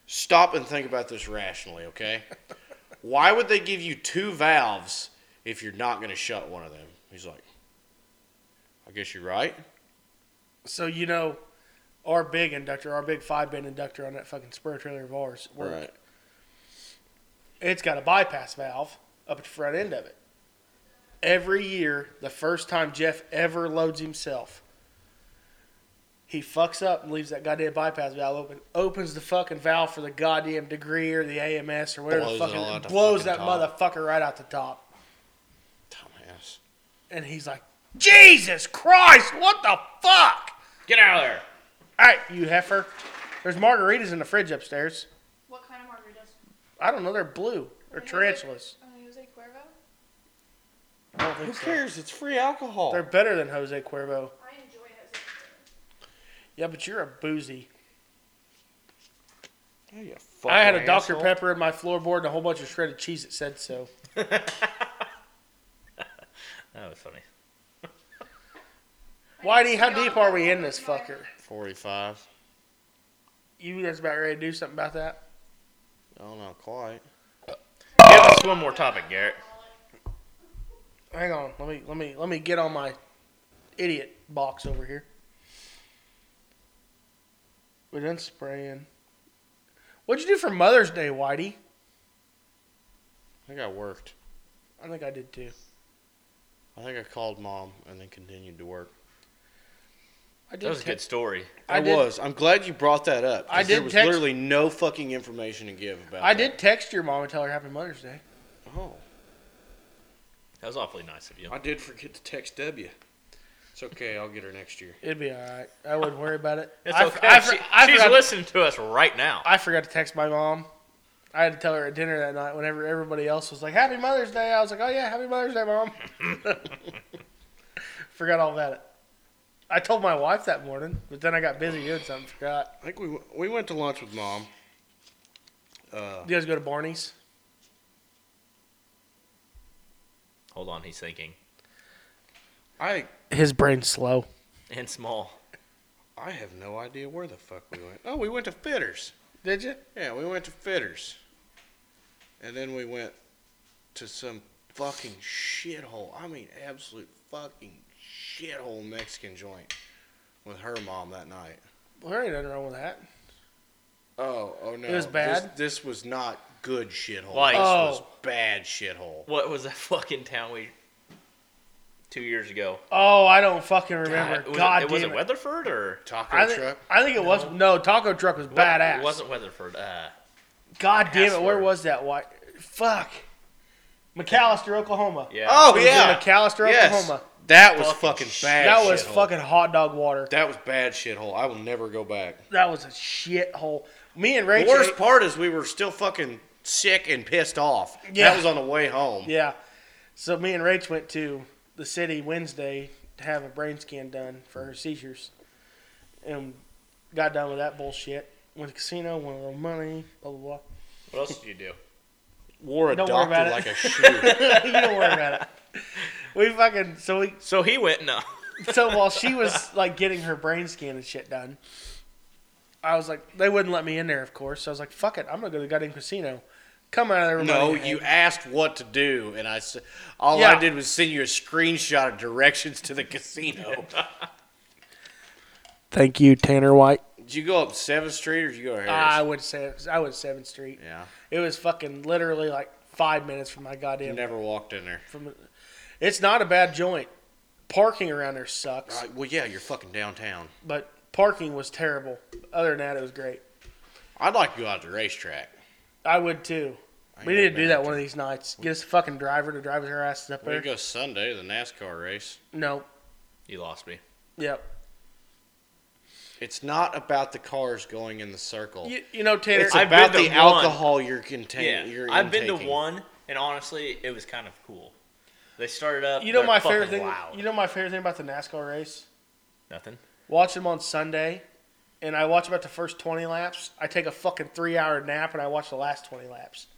B: stop and think about this rationally, okay? why would they give you two valves if you're not going to shut one of them? He's like, I guess you're right.
A: So you know, our big inductor, our big five bin inductor on that fucking spur trailer of ours, work.
B: Right.
A: it's got a bypass valve up at the front end of it. Every year, the first time Jeff ever loads himself, he fucks up and leaves that goddamn bypass valve open, opens the fucking valve for the goddamn degree or the AMS or whatever
B: Blows it
A: the fucking
B: all out the
A: blows
B: fucking
A: that motherfucker right out the top.
B: Dumbass.
A: and he's like, Jesus Christ, what the fuck?
C: Get out of there.
A: All right, you heifer. There's margaritas in the fridge upstairs.
D: What kind of margaritas?
A: I don't know, they're blue. They're tarantulas.
D: Uh, Jose Cuervo?
A: I don't
B: Who
A: think so.
B: cares? It's free alcohol.
A: They're better than Jose Cuervo.
D: I enjoy Jose Cuervo.
A: Yeah, but you're a boozy.
B: Yeah, you fucking
A: I had a Dr.
B: asshole.
A: Pepper in my floorboard and a whole bunch of shredded cheese that said so.
C: That was funny.
A: Whitey, how deep are we in this fucker?
B: 45.
A: You guys about ready to do something about that?
B: Oh, not quite.
C: Give us one more topic, Garrett.
A: Hang on, let me let me let me get on my idiot box over here. We done spraying. What'd you do for Mother's Day, Whitey?
B: I think I worked.
A: I think I did too.
B: I think I called mom and then continued to work.
A: I did.
C: That was a
A: te-
C: good story.
A: I
B: I,
A: did-
B: was. I'm glad you brought that up. 'cause
A: I did
B: There was
A: text-
B: literally no fucking information to give about.
A: I
B: that.
A: did text your mom and tell her Happy Mother's Day.
B: Oh,
C: That was awfully nice of you.
B: I did forget to text W. It's okay. I'll get her next year.
A: It'd be all right. I wouldn't worry about it.
C: It's
A: I, f-
C: okay.
A: I f-
C: She-
A: I
C: she's
A: forgot,
C: listening to us right now.
A: I forgot to text my mom. I had to tell her at dinner that night. Whenever everybody else was like Happy Mother's Day, I was like, Oh yeah, Happy Mother's Day, mom. forgot all that. I told my wife that morning, but then I got busy doing something. Forgot.
B: I think we w- we went to lunch with mom. Uh,
A: You guys go to Barney's?
C: Hold on, he's thinking.
B: I
A: His brain's slow.
C: And small.
B: I have no idea where the fuck we went. Oh, we went to Fitters.
A: Did you?
B: Yeah, we went to Fitters. And then we went to some fucking shithole. I mean, absolute fucking shithole Mexican joint with her mom that night.
A: Well, there ain't nothing wrong with that.
B: Oh, oh no.
A: It was bad?
B: This, this was not good shithole.
C: Like-
B: this was
A: Oh.
B: bad shithole.
C: What was that fucking town we two years ago?
A: Oh, I don't fucking remember.
C: God, was
A: God
C: it,
A: damn
C: was
A: it.
C: it Weatherford or
B: Taco
A: I, thi-
B: truck.
A: I think it was. No, Taco Truck was badass.
C: It wasn't Weatherford. Uh,
A: God damn it.
C: Password.
A: Where was that? Why? Fuck. McAllister, Oklahoma.
C: yeah.
B: Oh
A: It was in
B: yeah.
A: McAllister,
B: Yes.
A: Oklahoma.
B: That was
C: Fucking
B: fucking
C: shit.
B: bad.
A: That was
B: shithole.
A: fucking hot dog water.
B: That was bad shithole. I will never go back.
A: That was a shithole. Me and
B: The
A: Rachel.
B: worst part is we were still fucking sick and pissed off.
A: Yeah.
B: That was on the way home.
A: Yeah. So me and Rach went to the city Wednesday to have a brain scan done for her seizures, and got done with that bullshit. Went to the casino, won a little money, blah blah blah.
C: What else did you do?
B: Wore a
A: Don't worry
B: doctor
A: about it.
B: like a shoe.
A: you don't worry about it. We fucking so we
C: So he went no.
A: so while she was like getting her brain scan and shit done, I was like, they wouldn't let me in there, of course. So I was like, fuck it, I'm gonna go to the goddamn casino. Come out of there,
B: no,
A: money in
B: you
A: hand.
B: asked what to do, and I s- all
A: Yeah.
B: I did was send you a screenshot of directions to the casino.
A: Thank you, Tanner White.
B: did you go up Seventh Street or did you go to Harris?
A: I would say Uh, I would Seventh Street.
B: yeah,
A: It was fucking literally like five minutes from my goddamn.
B: never walked in there.
A: From, it's not a bad joint. Parking around there sucks,
B: Right, well, yeah, you're fucking downtown.
A: but parking was terrible. Other than that, it was great.
B: I'd like to go out to the racetrack.
A: I would too.
B: I
A: We
B: ain't
A: need to
B: been
A: do that
B: out
A: one of these nights. Get us a fucking driver to drive their asses up
B: there. We
A: there.
B: could go Sunday, the NASCAR race.
A: No.
C: You lost me.
A: Yep.
B: It's not about the cars going in the circle.
A: You, you know, Tanner.
B: It's
C: I've
B: about
C: been
B: the
C: to one.
B: alcohol you're containing. You're
C: I've been to
B: intaking.
C: one, and honestly, it was kind of cool. They started up.
A: you know
C: they're
A: my
C: fucking
A: favorite thing.
C: Loud.
A: You know my favorite thing about the NASCAR race.
C: Nothing.
A: Watch them on Sunday, and I watch about the first twenty laps. I take a fucking three-hour nap, and I watch the last twenty laps.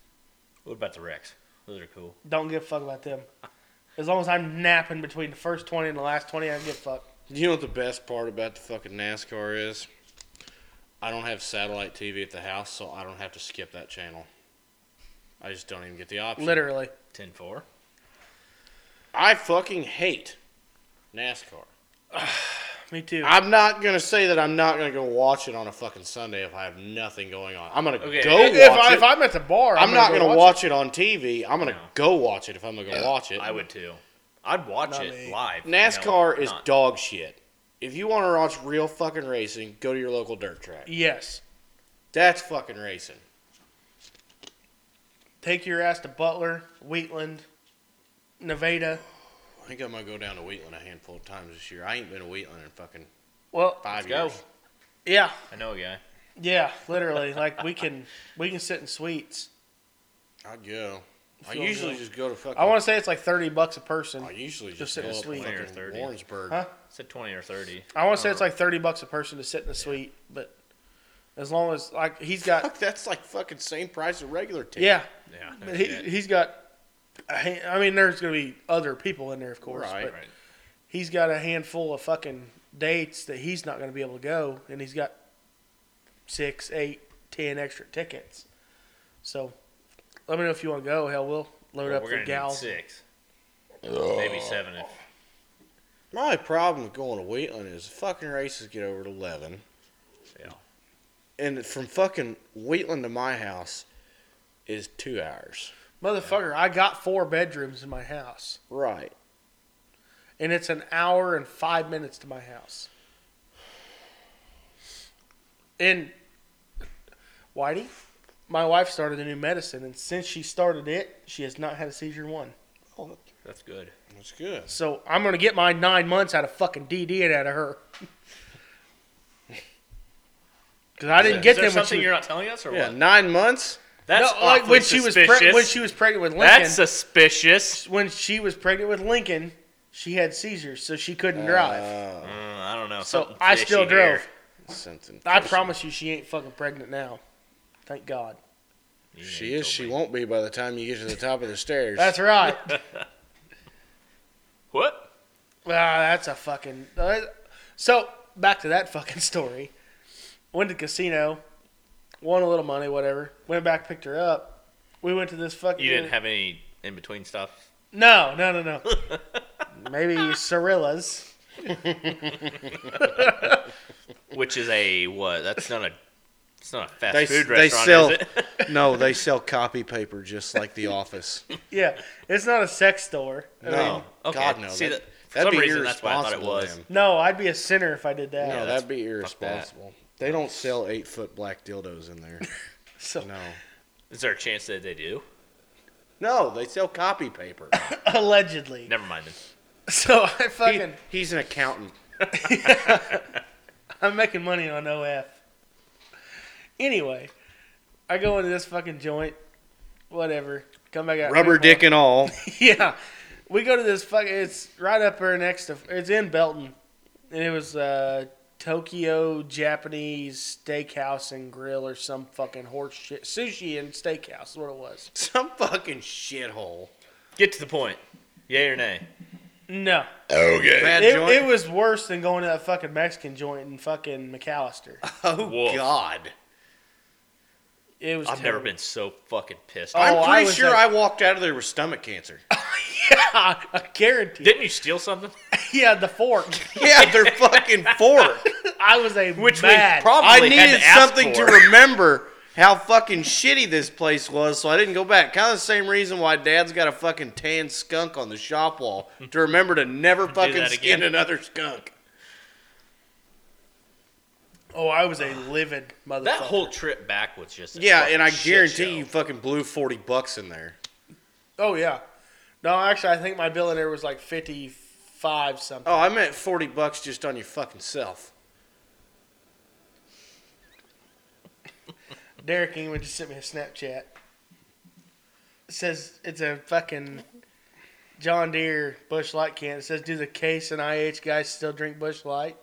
C: What about the Rex? Those are cool.
A: Don't give a fuck about them. As long as I'm napping between the first twenty and the last twenty, I don't give a fuck.
B: You know what the best part about the fucking NASCAR is? I don't have satellite TV at the house, so I don't have to skip that channel. I just don't even get the option.
A: Literally.
C: 10-4.
B: I fucking hate NASCAR.
A: Me too.
B: I'm not gonna say that I'm not gonna go watch it on a fucking Sunday if I have nothing going on. I'm gonna
C: Okay,
B: go
A: if,
B: watch
A: if I,
B: it.
A: if I'm at the bar,
B: I'm,
A: I'm,
B: not gonna,
A: go
B: watch, it. on TV. I'm gonna
C: No.
B: go watch it if I'm gonna watch it.
C: I would too. I'd watch
A: Not
C: it
A: me.
C: live.
B: NASCAR
C: No,
B: is
C: not.
B: dog shit. If you want to watch real fucking racing, go to your local dirt track.
A: it. Yes.
B: That's fucking racing.
A: Take your ass to Butler, Wheatland, Nevada,
B: I think I might go down to Wheatland a handful of times this year. I ain't been to Wheatland in fucking
A: Well,
B: 5
C: go.
B: years.
A: yeah,
C: I know a guy.
A: yeah, literally. like we can we can sit in suites.
B: I'd go. I
A: Feel
B: usually
A: good.
B: just go to fucking.
A: I want to say it's like thirty bucks a person.
B: I usually
A: Just
B: just,
A: sit in
B: go
A: a
B: up
A: suite.
B: to
C: 20 or
B: fucking
C: 30.
B: Lawrenceburg.
A: Huh?
C: Said twenty or thirty.
A: I want to say it's like thirty bucks a person to sit in the suite, but as long as like he's got
B: Fuck, that's like fucking same price as a regular ticket.
A: yeah,
C: Yeah. no
A: but he
C: shit.
A: he's got. A hand, I mean, there's gonna be other people in there, of course,
B: Right.
A: but
C: Right.
A: he's got a handful of fucking dates that he's not gonna be able to go, and he's got six, eight, ten extra tickets. So, let me know if you want to go. Hell, we'll load
C: Well,
A: up
C: we're
A: for
C: gonna need
A: gals.
C: six, maybe seven. If
B: My problem with going to Wheatland is fucking races get over to eleven,
C: yeah.
B: and from fucking Wheatland to my house is two hours.
A: Motherfucker, I got four bedrooms in my house,
B: Right.
A: and it's an hour and five minutes to my house. And Whitey, my wife started a new medicine, and since she started it, she has not had a seizure one.
B: Oh,
C: That's good.
B: that's good.
A: So I'm gonna get my nine months out of fucking DD and out of her. Because I didn't
C: Is
A: get
C: there
A: them when
C: something
A: she was,
C: you're not telling us, or
B: Yeah,
C: what?
B: nine months.
C: That's
A: no, like when
C: awfully
A: she was
C: suspicious.
A: preg- when she was pregnant with Lincoln.
C: That's suspicious.
A: when she was pregnant with Lincoln, she had seizures, so she couldn't drive.
B: Uh,
C: Mm, I don't know.
A: So
C: something
A: I still
C: fishy
A: drove.
C: here.
B: something.
A: I
B: fishy.
A: promise you, she ain't fucking pregnant now. Thank God.
C: You
B: She is.
C: ain't told
B: She
C: me.
B: won't be by the time you get to the top of the stairs.
A: That's right.
C: What?
A: Ah, that's a fucking. uh, so back to that fucking story. Went to the casino, won a little money, whatever. Went back, picked her up. We went to this fucking.
C: You didn't have any in between stuff.
A: No, no, no, no. Maybe Cirilla's.
C: Which is a what? That's not a. It's not a fast
B: They-
C: food
B: they
C: restaurant,
B: sell-
C: is it?
B: no, they sell copy paper just like the office.
A: Yeah, it's not a sex store. I
B: No.
A: mean,
C: okay.
B: God, no,
C: See,
B: that-
C: that, for
B: That'd
C: some
B: be
C: reason, that's what I thought it
B: irresponsible of
C: was.
B: them.
A: no, I'd be a sinner if I did that.
B: No,
C: Yeah,
B: that'd be
C: that's- fuck that.
B: irresponsible. They don't sell eight foot black dildos in there.
A: so
B: No.
C: Is there a chance that they do?
B: No, they sell copy paper.
A: allegedly.
C: Never mind. Then.
A: So I
B: He-
A: fucking
B: he's an accountant.
A: I'm making money on OF. Anyway, I go into this fucking joint, whatever. Come back out.
B: Rubber dick and all.
A: yeah. We go to this fucking. It's right up there next to. It's in Belton, and it was uh, Tokyo Japanese Steakhouse and Grill or some fucking horse shit sushi and steakhouse is what it was.
B: Some fucking shithole.
C: Get to the point. Yay or nay?
A: No,
B: Okay.
A: it, it was worse than going to that fucking Mexican joint in fucking McAllister.
B: oh,
C: Woof.
B: God.
A: It was.
C: I've never
A: terrible.
C: been so fucking pissed.
A: Oh,
B: I'm
A: I
B: pretty
A: was
B: sure
A: at-
B: I walked out of there with stomach cancer.
A: I guarantee.
C: Didn't you steal something?
A: Yeah, the fork.
B: yeah, they're fucking fork.
A: I was a
C: Which we
A: mad.
C: prob-
B: I
C: Probably had
B: needed
C: to ask
B: something
C: for
B: to remember how fucking shitty this place was, so I didn't go back. Kind of the same reason why Dad's got a fucking tan skunk on the shop wall to remember to never fucking
C: that
B: skin
C: again.
B: another skunk.
A: oh, I was a livid motherfucker.
C: That whole trip back was just a
B: Yeah,
C: fucking
B: and I
C: shit
B: guarantee you
C: show.
B: fucking blew 40 bucks in there.
A: oh yeah. No, actually, I think my bill in there was like fifty-five something.
B: Oh, I meant 40 bucks just on your fucking self.
A: Derek England just sent me a Snapchat. It says it's a fucking John Deere Bush Light can. It says, "Do the Case and IH guys still drink Bush Light?"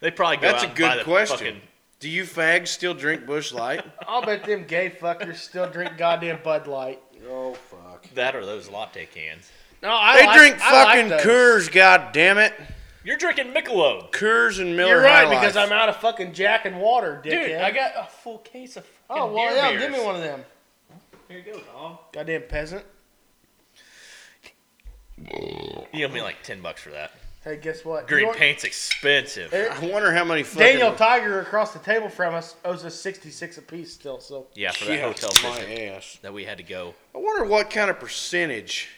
C: They probably go
B: That's
C: out
B: a
C: and buy
B: good
C: the
B: question.
C: fucking-
B: Do you fags still drink Bush Light?
A: I'll bet them gay fuckers still drink goddamn Bud Light.
B: oh, fuck.
C: that or those latte cans.
A: No, I
B: They
A: like-
B: drink
A: I like
B: fucking
A: those.
B: Coors, god damn it.
C: You're drinking Michelob,
B: Coors and Miller
A: You're right
B: High Life.
A: because I'm out of fucking Jack and Water, dickhead.
C: dude. I got a full case of. Fucking
A: Oh well,
C: Beer
A: yeah,
C: Beers.
A: give me one of them.
C: Here you go, Dom.
A: Goddamn peasant.
C: You owe me like ten bucks for that.
A: Hey, guess what? You
C: Green
A: want-
C: paint's expensive.
A: There-
B: I wonder how many fucking
A: Daniel Tiger across the table from us owes us sixty-six apiece still. So
C: Yeah, for that
B: Yeah,
C: hotel
B: my
C: visit
B: ass.
C: that we had to go.
B: I wonder what kind of percentage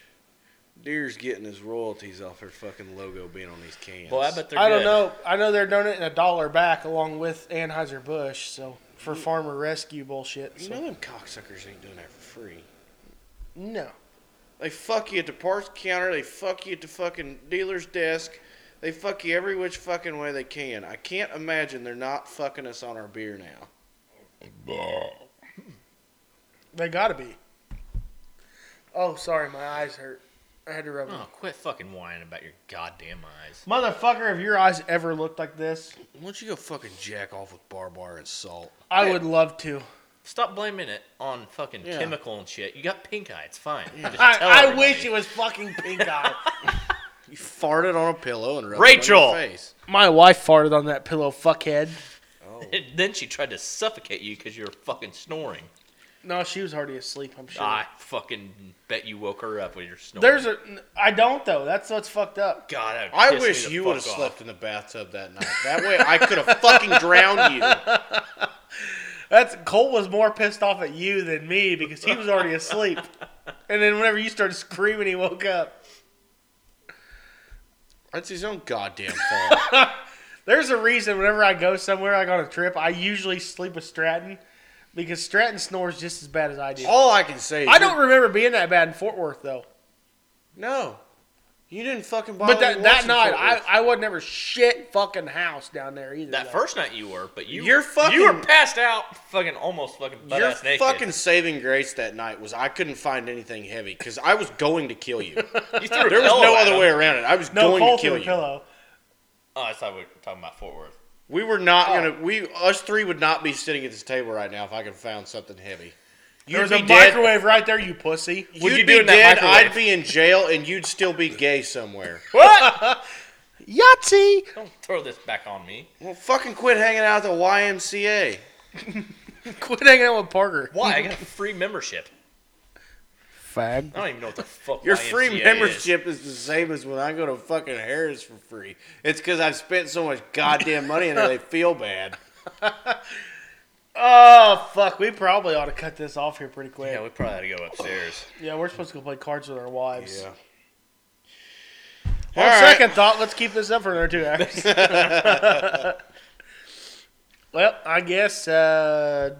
B: Deere's getting his royalties off their fucking logo being on these cans.
C: Well, I bet they're.
A: I don't
C: good.
A: know. I know they're donating a dollar back along with Anheuser Busch. So for farmer rescue bullshit.
B: You
A: So.
B: know them cocksuckers ain't doing that for free.
A: No.
B: They fuck you at the parts counter. They fuck you at the fucking dealer's desk. They fuck you every which fucking way they can. I can't imagine they're not fucking us on our beer now.
A: They gotta be. Oh, sorry, my eyes hurt. I had to rub them.
C: Oh, quit fucking whining about your goddamn eyes.
A: Motherfucker, if your eyes ever looked like this,
B: Why don't you go fucking jack off with barbed wire and salt?
A: I would love to.
C: Stop blaming it on fucking
B: Yeah.
C: chemical and shit. You got pink eye. It's fine. Just tell
A: I, I
C: everybody.
A: wish it was fucking pink eye.
B: You farted on a pillow and rubbed it
C: Rachel!
B: on your face.
A: my wife farted on that pillow, fuckhead.
C: then she tried to suffocate you because you were fucking snoring.
A: No, she was already asleep, I'm sure.
C: I fucking bet you woke her up with your snoring.
A: There's a. I don't, though. That's what's fucked up.
C: God. that would
B: I
C: piss me
B: wish
C: the
B: you
C: fuck
B: would have
C: off.
B: slept in the bathtub that night. That way I could have fucking drowned you.
A: That's Cole was more pissed off at you than me because he was already asleep. And then whenever you started screaming, he woke up.
B: That's his own goddamn fault.
A: There's a reason whenever I go somewhere, I go on a trip, I usually sleep with Stratton because Stratton snores just as bad as I do.
B: All I can say is
A: I don't remember being that bad in Fort Worth though.
B: No. You didn't fucking bother
A: But
B: me
A: that,
B: once
A: that
B: in
A: night,
B: Fort Worth.
A: I, I wasn't ever shit fucking house down there either.
C: That
A: though.
C: first night you were, but you
B: You're fucking-
C: you were passed out, fucking almost fucking butt
B: Your
C: ass naked.
B: fucking saving grace that night was I couldn't find anything heavy because I was going to kill you.
C: you threw a
B: There was
C: pillow
B: no
C: at
B: other
C: him.
B: way around it. I was
A: no
B: going
A: Cole
B: to
A: threw
B: kill
A: a
B: you.
A: pillow.
C: Oh, I thought we were talking about Fort Worth.
B: We were not
A: Oh.
B: gonna. We us three would not be sitting at this table right now if I could have found something heavy.
A: There was
B: be
A: a
B: dead.
A: microwave right there, you pussy.
C: What'd
B: you'd
C: you do
B: be
C: in that
B: dead.
C: microwave?
B: I'd be in jail, and you'd still be gay somewhere.
A: Yahtzee.
C: Don't throw this back on me.
B: well, fucking quit hanging out at the YMCA.
A: Quit hanging out with Parker.
C: Why? I got a free membership.
A: Fag.
C: I don't even know what the fuck
B: Your
C: YMCA
B: free
C: is.
B: membership is. the same as when I go to fucking Harris for free. It's because I've spent so much goddamn money, and they feel bad.
A: Oh fuck. We probably ought to cut this off here pretty quick.
C: Yeah, we probably had to go upstairs.
A: Yeah, we're supposed to go play cards with our wives.
B: Yeah.
A: On
B: All right.
A: second thought, let's keep this up for another two hours. well, I guess uh,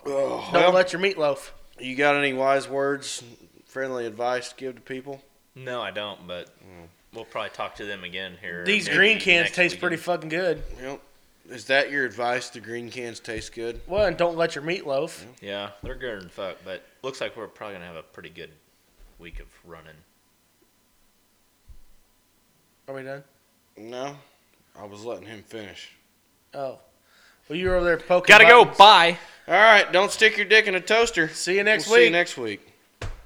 B: Ugh.
A: don't
B: Well,
A: let your meatloaf.
B: you got any wise words, friendly advice to give to people?
C: No, I don't. But we'll probably talk to them again here.
A: These
C: maybe
A: green cans
C: next
A: taste pretty
C: weekend.
A: fucking good.
B: Yep. Is that your advice? The green cans taste good.
A: Well, and don't let your meatloaf.
C: yeah, they're good and fuck. But looks like we're probably gonna have a pretty good week of running.
A: Are we done?
B: No, I was letting him finish.
A: Oh. Well, you were over there poking. buttons.
C: Bye.
B: All right, don't stick your dick in a toaster.
A: See you next
B: We'll See you
A: week.
B: next week.